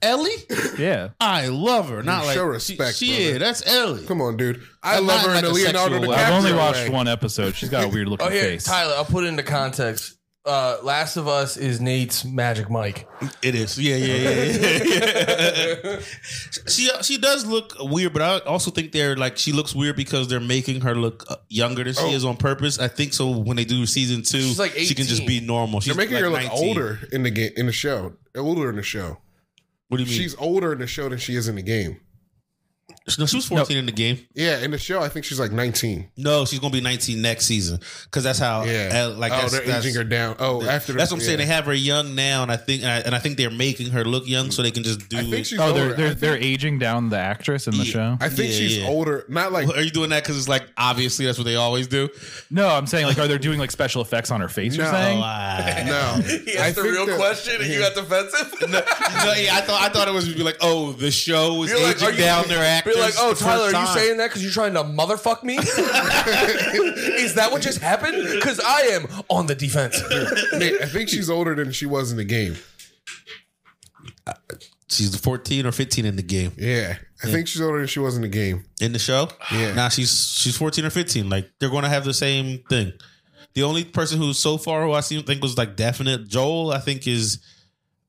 [SPEAKER 1] Ellie,
[SPEAKER 4] Yeah.
[SPEAKER 1] I love her. Not like
[SPEAKER 3] Show
[SPEAKER 1] she-
[SPEAKER 3] respect,
[SPEAKER 1] She,
[SPEAKER 3] brother.
[SPEAKER 1] is. That's Ellie.
[SPEAKER 3] Come on, dude. I
[SPEAKER 1] I'm
[SPEAKER 3] love
[SPEAKER 1] not
[SPEAKER 3] her in
[SPEAKER 1] like
[SPEAKER 3] the
[SPEAKER 1] a
[SPEAKER 3] Leonardo
[SPEAKER 1] sexual-
[SPEAKER 3] DiCaprio.
[SPEAKER 4] I've only watched
[SPEAKER 3] way.
[SPEAKER 4] one episode. She's got a weird looking
[SPEAKER 2] Oh, here,
[SPEAKER 4] face.
[SPEAKER 2] Tyler, I'll put it into context. Uh, Last of Us is Nate's Magic Mike.
[SPEAKER 1] It is. Yeah, yeah, yeah. yeah, yeah. she she does look weird, but I also think they're like she looks weird because they're making her look uh, younger
[SPEAKER 3] Oh.
[SPEAKER 1] than she is on purpose. I think so. When they do season two,
[SPEAKER 2] She's like
[SPEAKER 1] she can just be
[SPEAKER 2] 18.
[SPEAKER 1] normal. She's
[SPEAKER 3] They're making
[SPEAKER 1] like
[SPEAKER 3] her look
[SPEAKER 1] 19.
[SPEAKER 3] older in the game, in the show. Older in the show.
[SPEAKER 1] What do you mean?
[SPEAKER 3] She's older in the show than she is in the game.
[SPEAKER 1] no, she was fourteen in the game.
[SPEAKER 3] Yeah, in the show, I think she's like 19.
[SPEAKER 1] No, she's gonna be 19 next season because that's how.
[SPEAKER 3] Yeah,
[SPEAKER 1] uh, like
[SPEAKER 3] oh,
[SPEAKER 1] that's,
[SPEAKER 3] they're
[SPEAKER 1] that's,
[SPEAKER 3] aging her down. Oh, after the,
[SPEAKER 1] that's what I'm saying. They
[SPEAKER 3] yeah.
[SPEAKER 1] have her young now, and I think and I, and I think they're making her look young so they can just do.
[SPEAKER 3] I think she's
[SPEAKER 4] Oh,
[SPEAKER 3] older.
[SPEAKER 4] they're
[SPEAKER 3] I
[SPEAKER 4] they're,
[SPEAKER 3] think,
[SPEAKER 4] they're aging down the actress in the show.
[SPEAKER 3] I think
[SPEAKER 1] Yeah,
[SPEAKER 3] she's
[SPEAKER 1] yeah.
[SPEAKER 3] older. Not like
[SPEAKER 1] Are you doing that because it's like obviously that's what they always do?
[SPEAKER 4] No, I'm saying like, are they doing like special effects on her face?
[SPEAKER 3] No.
[SPEAKER 4] You're saying?
[SPEAKER 1] Wow.
[SPEAKER 3] no.
[SPEAKER 2] He
[SPEAKER 3] I
[SPEAKER 2] asked the
[SPEAKER 3] think
[SPEAKER 2] real
[SPEAKER 3] that-
[SPEAKER 2] question and you got defensive?
[SPEAKER 1] no, yeah, I thought I thought it was be like, oh, the show is
[SPEAKER 2] You're like,
[SPEAKER 1] aging
[SPEAKER 2] are you-
[SPEAKER 1] down their actors.
[SPEAKER 2] Be like, oh,
[SPEAKER 1] for
[SPEAKER 2] Tyler, are you
[SPEAKER 1] time."
[SPEAKER 2] saying that because you're trying to motherfuck me? is that what just happened? Because I am on the defense.
[SPEAKER 3] Nate, I think she's older than she was in the game.
[SPEAKER 1] she's 14 or 15 in the game
[SPEAKER 3] Yeah, I think she's older than she was in the game.
[SPEAKER 1] in the show?
[SPEAKER 3] Yeah.
[SPEAKER 1] Now she's she's 14 or 15. Like they're going to have the same thing. The only person who so far who I seem think was like definite Joel, I think is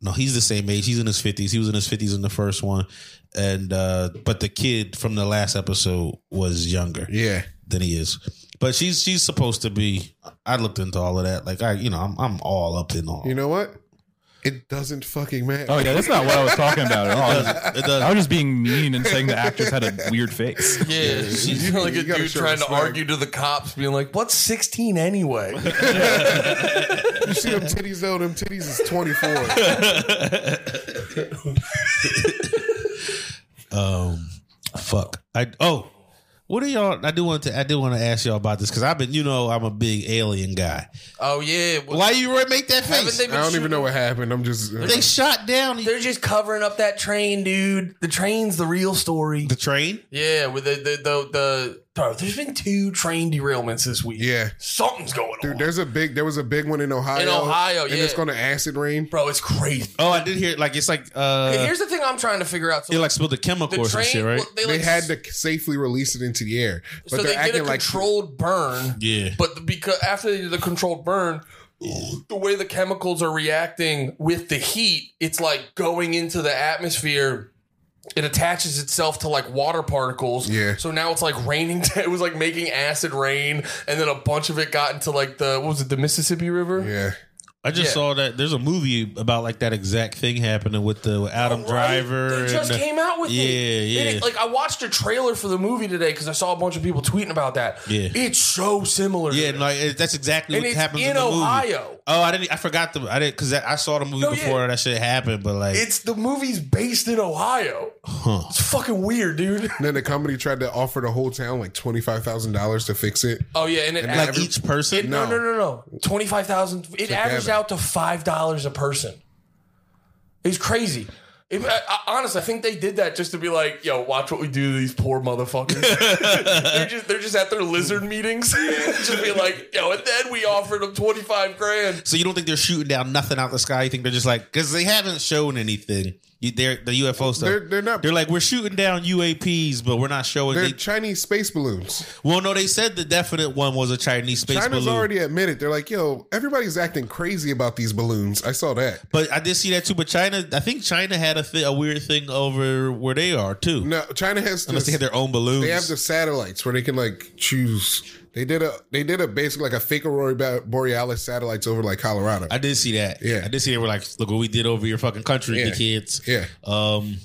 [SPEAKER 1] no, he's the same age. He's in his 50s. He was in his 50s in the first one, and uh but the kid from the last episode was younger.
[SPEAKER 3] Yeah,
[SPEAKER 1] than he is. But she's she's supposed to be. I looked into all of that. Like I, you know, I'm I'm all up in all.
[SPEAKER 3] you know what? It doesn't fucking matter.
[SPEAKER 4] Oh yeah, that's not what I was talking about at all. I was,
[SPEAKER 1] it
[SPEAKER 4] I
[SPEAKER 1] does.
[SPEAKER 4] was just being mean and saying the actress had a weird face.
[SPEAKER 2] Yeah, she's like
[SPEAKER 3] you
[SPEAKER 2] a
[SPEAKER 3] gotta
[SPEAKER 2] dude
[SPEAKER 3] show
[SPEAKER 2] trying to
[SPEAKER 3] respect.
[SPEAKER 2] argue to the cops, being like, "What's 16 anyway?"
[SPEAKER 3] You see them titties though? Them titties is twenty four.
[SPEAKER 1] Um, fuck. I oh, what are y'all? I do want to I do want to ask y'all about this because I've been, you know, I'm a big alien guy.
[SPEAKER 2] oh yeah, well,
[SPEAKER 1] Why you re- make that
[SPEAKER 2] haven't
[SPEAKER 1] face?
[SPEAKER 2] they
[SPEAKER 1] They,
[SPEAKER 2] been
[SPEAKER 3] I don't
[SPEAKER 2] shooting-
[SPEAKER 3] even know what happened. I'm just uh,
[SPEAKER 1] shot down
[SPEAKER 2] They're just covering up that train, dude. The train's the real story.
[SPEAKER 1] the train.
[SPEAKER 2] Yeah, with the the the, the Bro, there's been two train derailments this week.
[SPEAKER 3] yeah.
[SPEAKER 2] something's going
[SPEAKER 3] Dude,
[SPEAKER 2] on,
[SPEAKER 3] there's a big. There was a big one in Ohio.
[SPEAKER 2] In Ohio,
[SPEAKER 3] and
[SPEAKER 2] yeah.
[SPEAKER 3] it's going to acid rain.
[SPEAKER 2] bro. It's crazy.
[SPEAKER 1] Oh, I did hear like it's like
[SPEAKER 2] Hey,
[SPEAKER 1] uh,
[SPEAKER 2] Here's the thing I'm trying to figure out. So
[SPEAKER 1] it like spilled the chemical
[SPEAKER 2] the
[SPEAKER 1] or
[SPEAKER 2] train,
[SPEAKER 1] some shit, right?
[SPEAKER 2] well, they,
[SPEAKER 3] They
[SPEAKER 2] like,
[SPEAKER 3] had to safely release it into the air, but
[SPEAKER 2] so
[SPEAKER 3] they're
[SPEAKER 2] they did
[SPEAKER 3] acting
[SPEAKER 2] a
[SPEAKER 3] like
[SPEAKER 2] controlled burn.
[SPEAKER 1] yeah.
[SPEAKER 2] But the, because after they did the controlled burn, the way the chemicals are reacting with the heat, it's like going into the atmosphere. It attaches itself to like water particles.
[SPEAKER 3] Yeah.
[SPEAKER 2] So now it's like raining. it was like making acid rain, and then a bunch of it got into like the what was it, the Mississippi River?
[SPEAKER 3] Yeah.
[SPEAKER 1] I just
[SPEAKER 2] Yeah.
[SPEAKER 1] saw that there's a movie about like that exact thing happening with the with Adam Driver.
[SPEAKER 2] Oh, They just
[SPEAKER 1] and the-
[SPEAKER 2] came out with it.
[SPEAKER 1] Yeah,
[SPEAKER 2] It-
[SPEAKER 1] yeah.
[SPEAKER 2] like I watched a trailer for the movie today because I saw a bunch of people tweeting about that.
[SPEAKER 1] Yeah.
[SPEAKER 2] It's so similar. to
[SPEAKER 1] yeah,
[SPEAKER 2] that.
[SPEAKER 1] no, it- that's exactly
[SPEAKER 2] And
[SPEAKER 1] what
[SPEAKER 2] it's
[SPEAKER 1] happens
[SPEAKER 2] in
[SPEAKER 1] in, the
[SPEAKER 2] Ohio.
[SPEAKER 1] movie. Oh, I didn't. I forgot the. I didn't because I saw the movie
[SPEAKER 2] No, yeah.
[SPEAKER 1] before that shit happened. But like,
[SPEAKER 2] It's the movie's based in Ohio. It's fucking weird, dude.
[SPEAKER 3] And then the company tried to offer the whole town like twenty five thousand dollars to fix it.
[SPEAKER 2] Oh yeah, and it
[SPEAKER 1] like
[SPEAKER 2] aver-
[SPEAKER 1] each person.
[SPEAKER 2] no no no no twenty five thousand. It averaged
[SPEAKER 3] Gavin.
[SPEAKER 2] out to five dollars a person. It's crazy. It, I, I, honestly, I think they did that just to be like, "Yo, watch what we do to these poor motherfuckers." they're just they're just at their lizard meetings, just be like, "Yo," and then we offered them twenty five grand.
[SPEAKER 1] So you don't think they're shooting down nothing out the sky? You think they're just like because they haven't shown anything. You, they're the UFO stuff.
[SPEAKER 3] They're- they're not-
[SPEAKER 1] They're like we're shooting down UAPs, but we're not showing.
[SPEAKER 3] They're
[SPEAKER 1] They,
[SPEAKER 3] Chinese space balloons.
[SPEAKER 1] well, no, they said the definite one was a Chinese space
[SPEAKER 3] China's
[SPEAKER 1] balloon.
[SPEAKER 3] already admitted. They're like, yo, everybody's acting crazy about these balloons. I saw that.
[SPEAKER 1] but I did see that too. But China, I think China had a, thi- a weird thing over where they are too.
[SPEAKER 3] No, China has
[SPEAKER 1] Unless they
[SPEAKER 3] this-
[SPEAKER 1] had their own balloons.
[SPEAKER 3] They have the satellites where they can like choose. They did a they did a basically like a fake aurora Ba- borealis satellites over like Colorado.
[SPEAKER 1] I did see that.
[SPEAKER 3] Yeah.
[SPEAKER 1] I did see they were like, look what we did over your fucking country,
[SPEAKER 3] Yeah.
[SPEAKER 1] the kids.
[SPEAKER 3] yeah,
[SPEAKER 1] Um,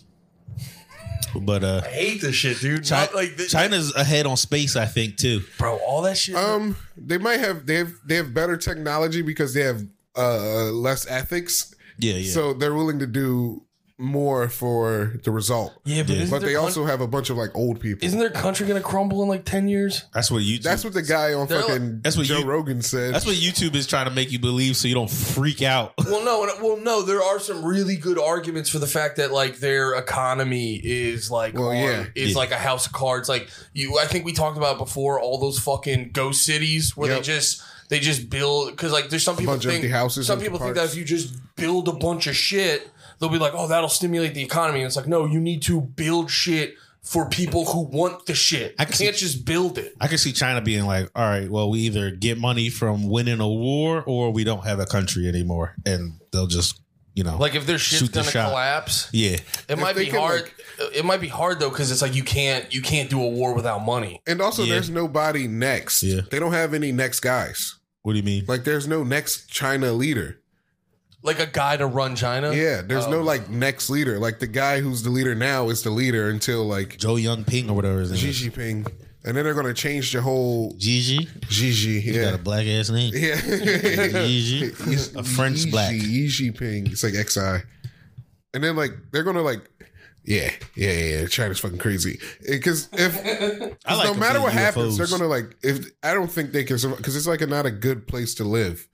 [SPEAKER 1] but uh,
[SPEAKER 2] I hate this shit, dude.
[SPEAKER 1] Chi-
[SPEAKER 2] Not like this,
[SPEAKER 1] China's ahead on space, I think too.
[SPEAKER 2] bro, all that shit.
[SPEAKER 3] um, they might have they have they have better technology because they have uh less ethics,
[SPEAKER 1] Yeah, yeah.
[SPEAKER 3] so they're willing to do more for the result.
[SPEAKER 2] yeah, but, isn't,
[SPEAKER 3] But
[SPEAKER 2] their
[SPEAKER 3] they
[SPEAKER 2] coun-
[SPEAKER 3] also have a bunch of like old people.
[SPEAKER 2] isn't their country gonna crumble in like ten years?
[SPEAKER 1] that's what YouTube.
[SPEAKER 3] That's what the guy on
[SPEAKER 2] They're
[SPEAKER 3] fucking
[SPEAKER 1] That's what
[SPEAKER 3] Joe
[SPEAKER 1] you-
[SPEAKER 3] Rogan said.
[SPEAKER 1] That's what YouTube is trying to make you believe, so you don't freak out.
[SPEAKER 2] Well, no, and- well, no. There are some really good arguments for the fact that like their economy is like
[SPEAKER 3] Well,
[SPEAKER 2] on-
[SPEAKER 3] yeah.
[SPEAKER 2] is
[SPEAKER 1] Yeah.
[SPEAKER 2] like a house of cards. Like you, I think we talked about before all those fucking ghost cities where
[SPEAKER 3] Yep.
[SPEAKER 2] they just they just build because like there's some people
[SPEAKER 3] bunch of
[SPEAKER 2] think
[SPEAKER 3] empty houses
[SPEAKER 2] some
[SPEAKER 3] in
[SPEAKER 2] people think that
[SPEAKER 3] parks.
[SPEAKER 2] if you just build a bunch of shit, they'll be like, oh, that'll stimulate the economy. And it's like, no, you need to build shit for people who want the shit. I
[SPEAKER 1] I can see-
[SPEAKER 2] can't just build it.
[SPEAKER 1] I can see China being like, "All right, well, we either get money from winning a war, or we don't have a country anymore," and they'll just, you know,
[SPEAKER 2] Like if their shit's
[SPEAKER 1] Shoot the
[SPEAKER 2] gonna
[SPEAKER 1] shot.
[SPEAKER 2] collapse,
[SPEAKER 1] yeah,
[SPEAKER 2] It might
[SPEAKER 3] they
[SPEAKER 2] be
[SPEAKER 3] can,
[SPEAKER 2] hard. it might be hard though because it's like you can't you can't do a war without money.
[SPEAKER 3] and also,
[SPEAKER 1] Yeah.
[SPEAKER 3] there's nobody next.
[SPEAKER 1] Yeah.
[SPEAKER 3] They don't have any next guys.
[SPEAKER 1] what do you mean?
[SPEAKER 3] Like, there's no next China leader.
[SPEAKER 2] Like a guy to run China.
[SPEAKER 3] Yeah, there's no
[SPEAKER 2] Um,
[SPEAKER 3] like next leader. Like the guy who's the leader now is the leader until like
[SPEAKER 1] Joe Young Ping or whatever his name
[SPEAKER 3] Xi
[SPEAKER 1] is.
[SPEAKER 3] Jinping, and then they're gonna change the whole
[SPEAKER 1] Gigi,
[SPEAKER 3] Xi Xi.
[SPEAKER 1] He got
[SPEAKER 3] Yeah,
[SPEAKER 1] a black ass name.
[SPEAKER 3] yeah.
[SPEAKER 1] Gigi, a French
[SPEAKER 3] Xi-
[SPEAKER 1] black.
[SPEAKER 3] Xi Jinping. It's like XI, and then like they're gonna like. Yeah, yeah, yeah, yeah. China's fucking crazy. Because if
[SPEAKER 1] I like
[SPEAKER 3] no matter what
[SPEAKER 1] complete
[SPEAKER 3] happens, they're
[SPEAKER 1] UFOs.
[SPEAKER 3] gonna like. If I don't think they can survive, because it's like a, not a good place to live,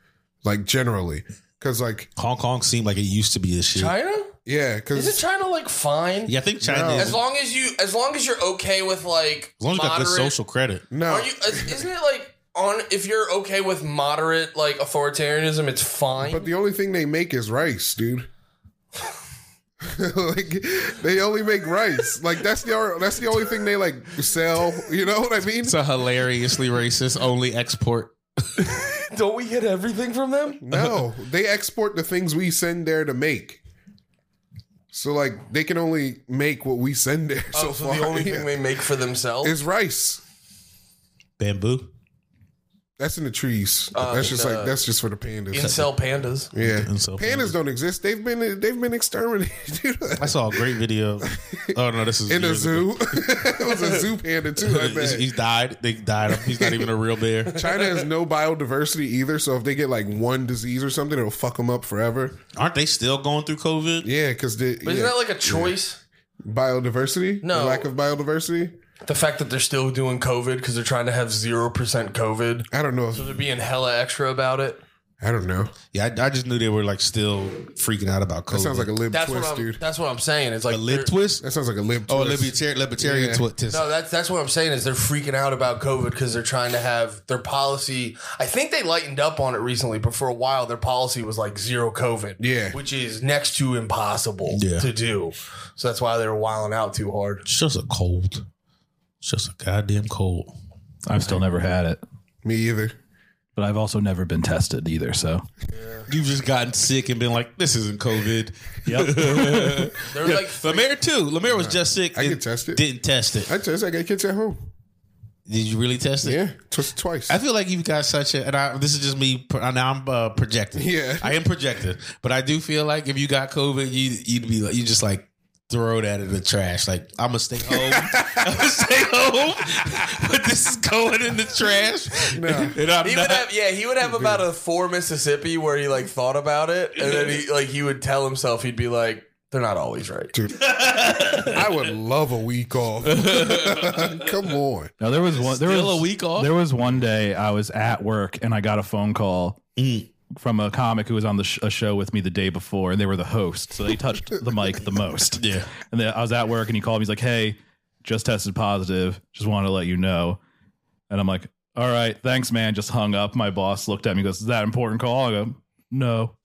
[SPEAKER 3] like generally. Because like
[SPEAKER 1] Hong Kong seemed like it used to be this shit.
[SPEAKER 2] China
[SPEAKER 3] yeah,
[SPEAKER 2] isn't
[SPEAKER 3] because
[SPEAKER 2] China like fine?
[SPEAKER 1] Yeah, I think China.
[SPEAKER 3] No.
[SPEAKER 1] Is,
[SPEAKER 2] As
[SPEAKER 1] as long
[SPEAKER 2] long as you as long as you're okay with like
[SPEAKER 1] as you got good
[SPEAKER 2] moderate-
[SPEAKER 1] social credit,
[SPEAKER 3] no,
[SPEAKER 2] Are you? is- Isn't it like on if you're okay with moderate like authoritarianism, it's fine.
[SPEAKER 3] But the only thing they make is rice, dude. like they only make rice. Like that's the that's the only thing they like sell. You know what I mean?
[SPEAKER 1] a hilariously racist only export.
[SPEAKER 2] Don't we get everything from them?
[SPEAKER 3] No, they export the things we send there to make. So like they can only make what we send there.
[SPEAKER 2] Oh, So,
[SPEAKER 3] so far,
[SPEAKER 2] the only
[SPEAKER 3] Yeah.
[SPEAKER 2] thing they make for themselves.
[SPEAKER 3] is rice.
[SPEAKER 1] Bamboo.
[SPEAKER 3] That's in the trees.
[SPEAKER 2] Oh,
[SPEAKER 3] that's just like that's just for the pandas.
[SPEAKER 2] Incel pandas.
[SPEAKER 3] yeah,
[SPEAKER 1] Incel
[SPEAKER 3] pandas don't exist. They've been they've been exterminated. dude.
[SPEAKER 1] I saw a great video. Oh no, this is
[SPEAKER 3] In a
[SPEAKER 1] years ago.
[SPEAKER 3] zoo, it was a zoo panda too. I
[SPEAKER 1] He's,
[SPEAKER 3] bet.
[SPEAKER 1] he's died. They died. He's not even a real bear.
[SPEAKER 3] China has no biodiversity either, so if they get like one disease or something, it'll fuck them up forever.
[SPEAKER 1] Aren't they still going through COVID?
[SPEAKER 3] Yeah, because the
[SPEAKER 2] But isn't
[SPEAKER 3] yeah,
[SPEAKER 2] that like a choice?
[SPEAKER 3] biodiversity,
[SPEAKER 2] No.
[SPEAKER 3] the lack of biodiversity.
[SPEAKER 2] The fact that they're still doing COVID because they're trying to have zero percent COVID.
[SPEAKER 3] I don't know.
[SPEAKER 2] They're being hella extra about it.
[SPEAKER 3] I don't know.
[SPEAKER 1] Yeah, I, I just knew they were like still freaking out about COVID.
[SPEAKER 3] That sounds like a lib
[SPEAKER 2] That's
[SPEAKER 3] twist,
[SPEAKER 2] what I'm.
[SPEAKER 3] dude.
[SPEAKER 2] That's what I'm saying. It's like
[SPEAKER 1] a lib
[SPEAKER 2] they're-
[SPEAKER 1] twist.
[SPEAKER 3] That sounds like a lib.
[SPEAKER 1] Oh, a
[SPEAKER 3] twist.
[SPEAKER 1] libertarian, libertarian
[SPEAKER 3] Yeah.
[SPEAKER 1] twi- twist.
[SPEAKER 2] No, that's that's what I'm saying. Is they're freaking out about COVID because they're trying to have their policy. I think they lightened up on it recently, but for a while their policy was like zero COVID.
[SPEAKER 3] Yeah.
[SPEAKER 2] which is next to impossible
[SPEAKER 1] Yeah.
[SPEAKER 2] to do. So that's why they were wilding out too hard.
[SPEAKER 1] It's just a cold. It's just a goddamn cold.
[SPEAKER 4] I've still never had it.
[SPEAKER 3] Me either.
[SPEAKER 4] But I've also never been tested either. So
[SPEAKER 1] You've just gotten sick and been like, this isn't COVID.
[SPEAKER 2] There's like
[SPEAKER 1] Lemaire too. Lemaire was just sick.
[SPEAKER 3] I
[SPEAKER 1] and
[SPEAKER 3] can test it.
[SPEAKER 1] Didn't test it.
[SPEAKER 3] I test. I got kids at home.
[SPEAKER 1] Did you really test it?
[SPEAKER 3] Yeah, twisted twice.
[SPEAKER 1] I feel like you've got such a, and I, this is just me. pro- Now I'm uh, projecting.
[SPEAKER 3] Yeah.
[SPEAKER 1] I am projecting, but I do feel like if you got COVID, you, you'd be like, you just like throw that in the trash. Like I'm gonna stay home. I'm gonna stay home, but this is going in the trash.
[SPEAKER 3] No.
[SPEAKER 1] And I'm
[SPEAKER 2] He
[SPEAKER 1] not.
[SPEAKER 2] would have, yeah, he would have about a four Mississippi where he like thought about it, and then he like he would tell himself he'd be like, "They're not always right."
[SPEAKER 3] I would love a week off. Come on.
[SPEAKER 4] now there was one. There
[SPEAKER 1] Still
[SPEAKER 4] was
[SPEAKER 1] a week off?
[SPEAKER 4] There was one day I was at work and I got a phone call.
[SPEAKER 1] mm,
[SPEAKER 4] From a comic who was on the sh- a show with me the day before, and they were the host, so they touched the mic the most.
[SPEAKER 1] yeah.
[SPEAKER 4] And then I was at work and he called me. He's like, hey, just tested positive. Just wanted to let you know. And I'm like, all right, thanks, man. Just hung up. My boss looked at me and goes, is that an important call? I go, no.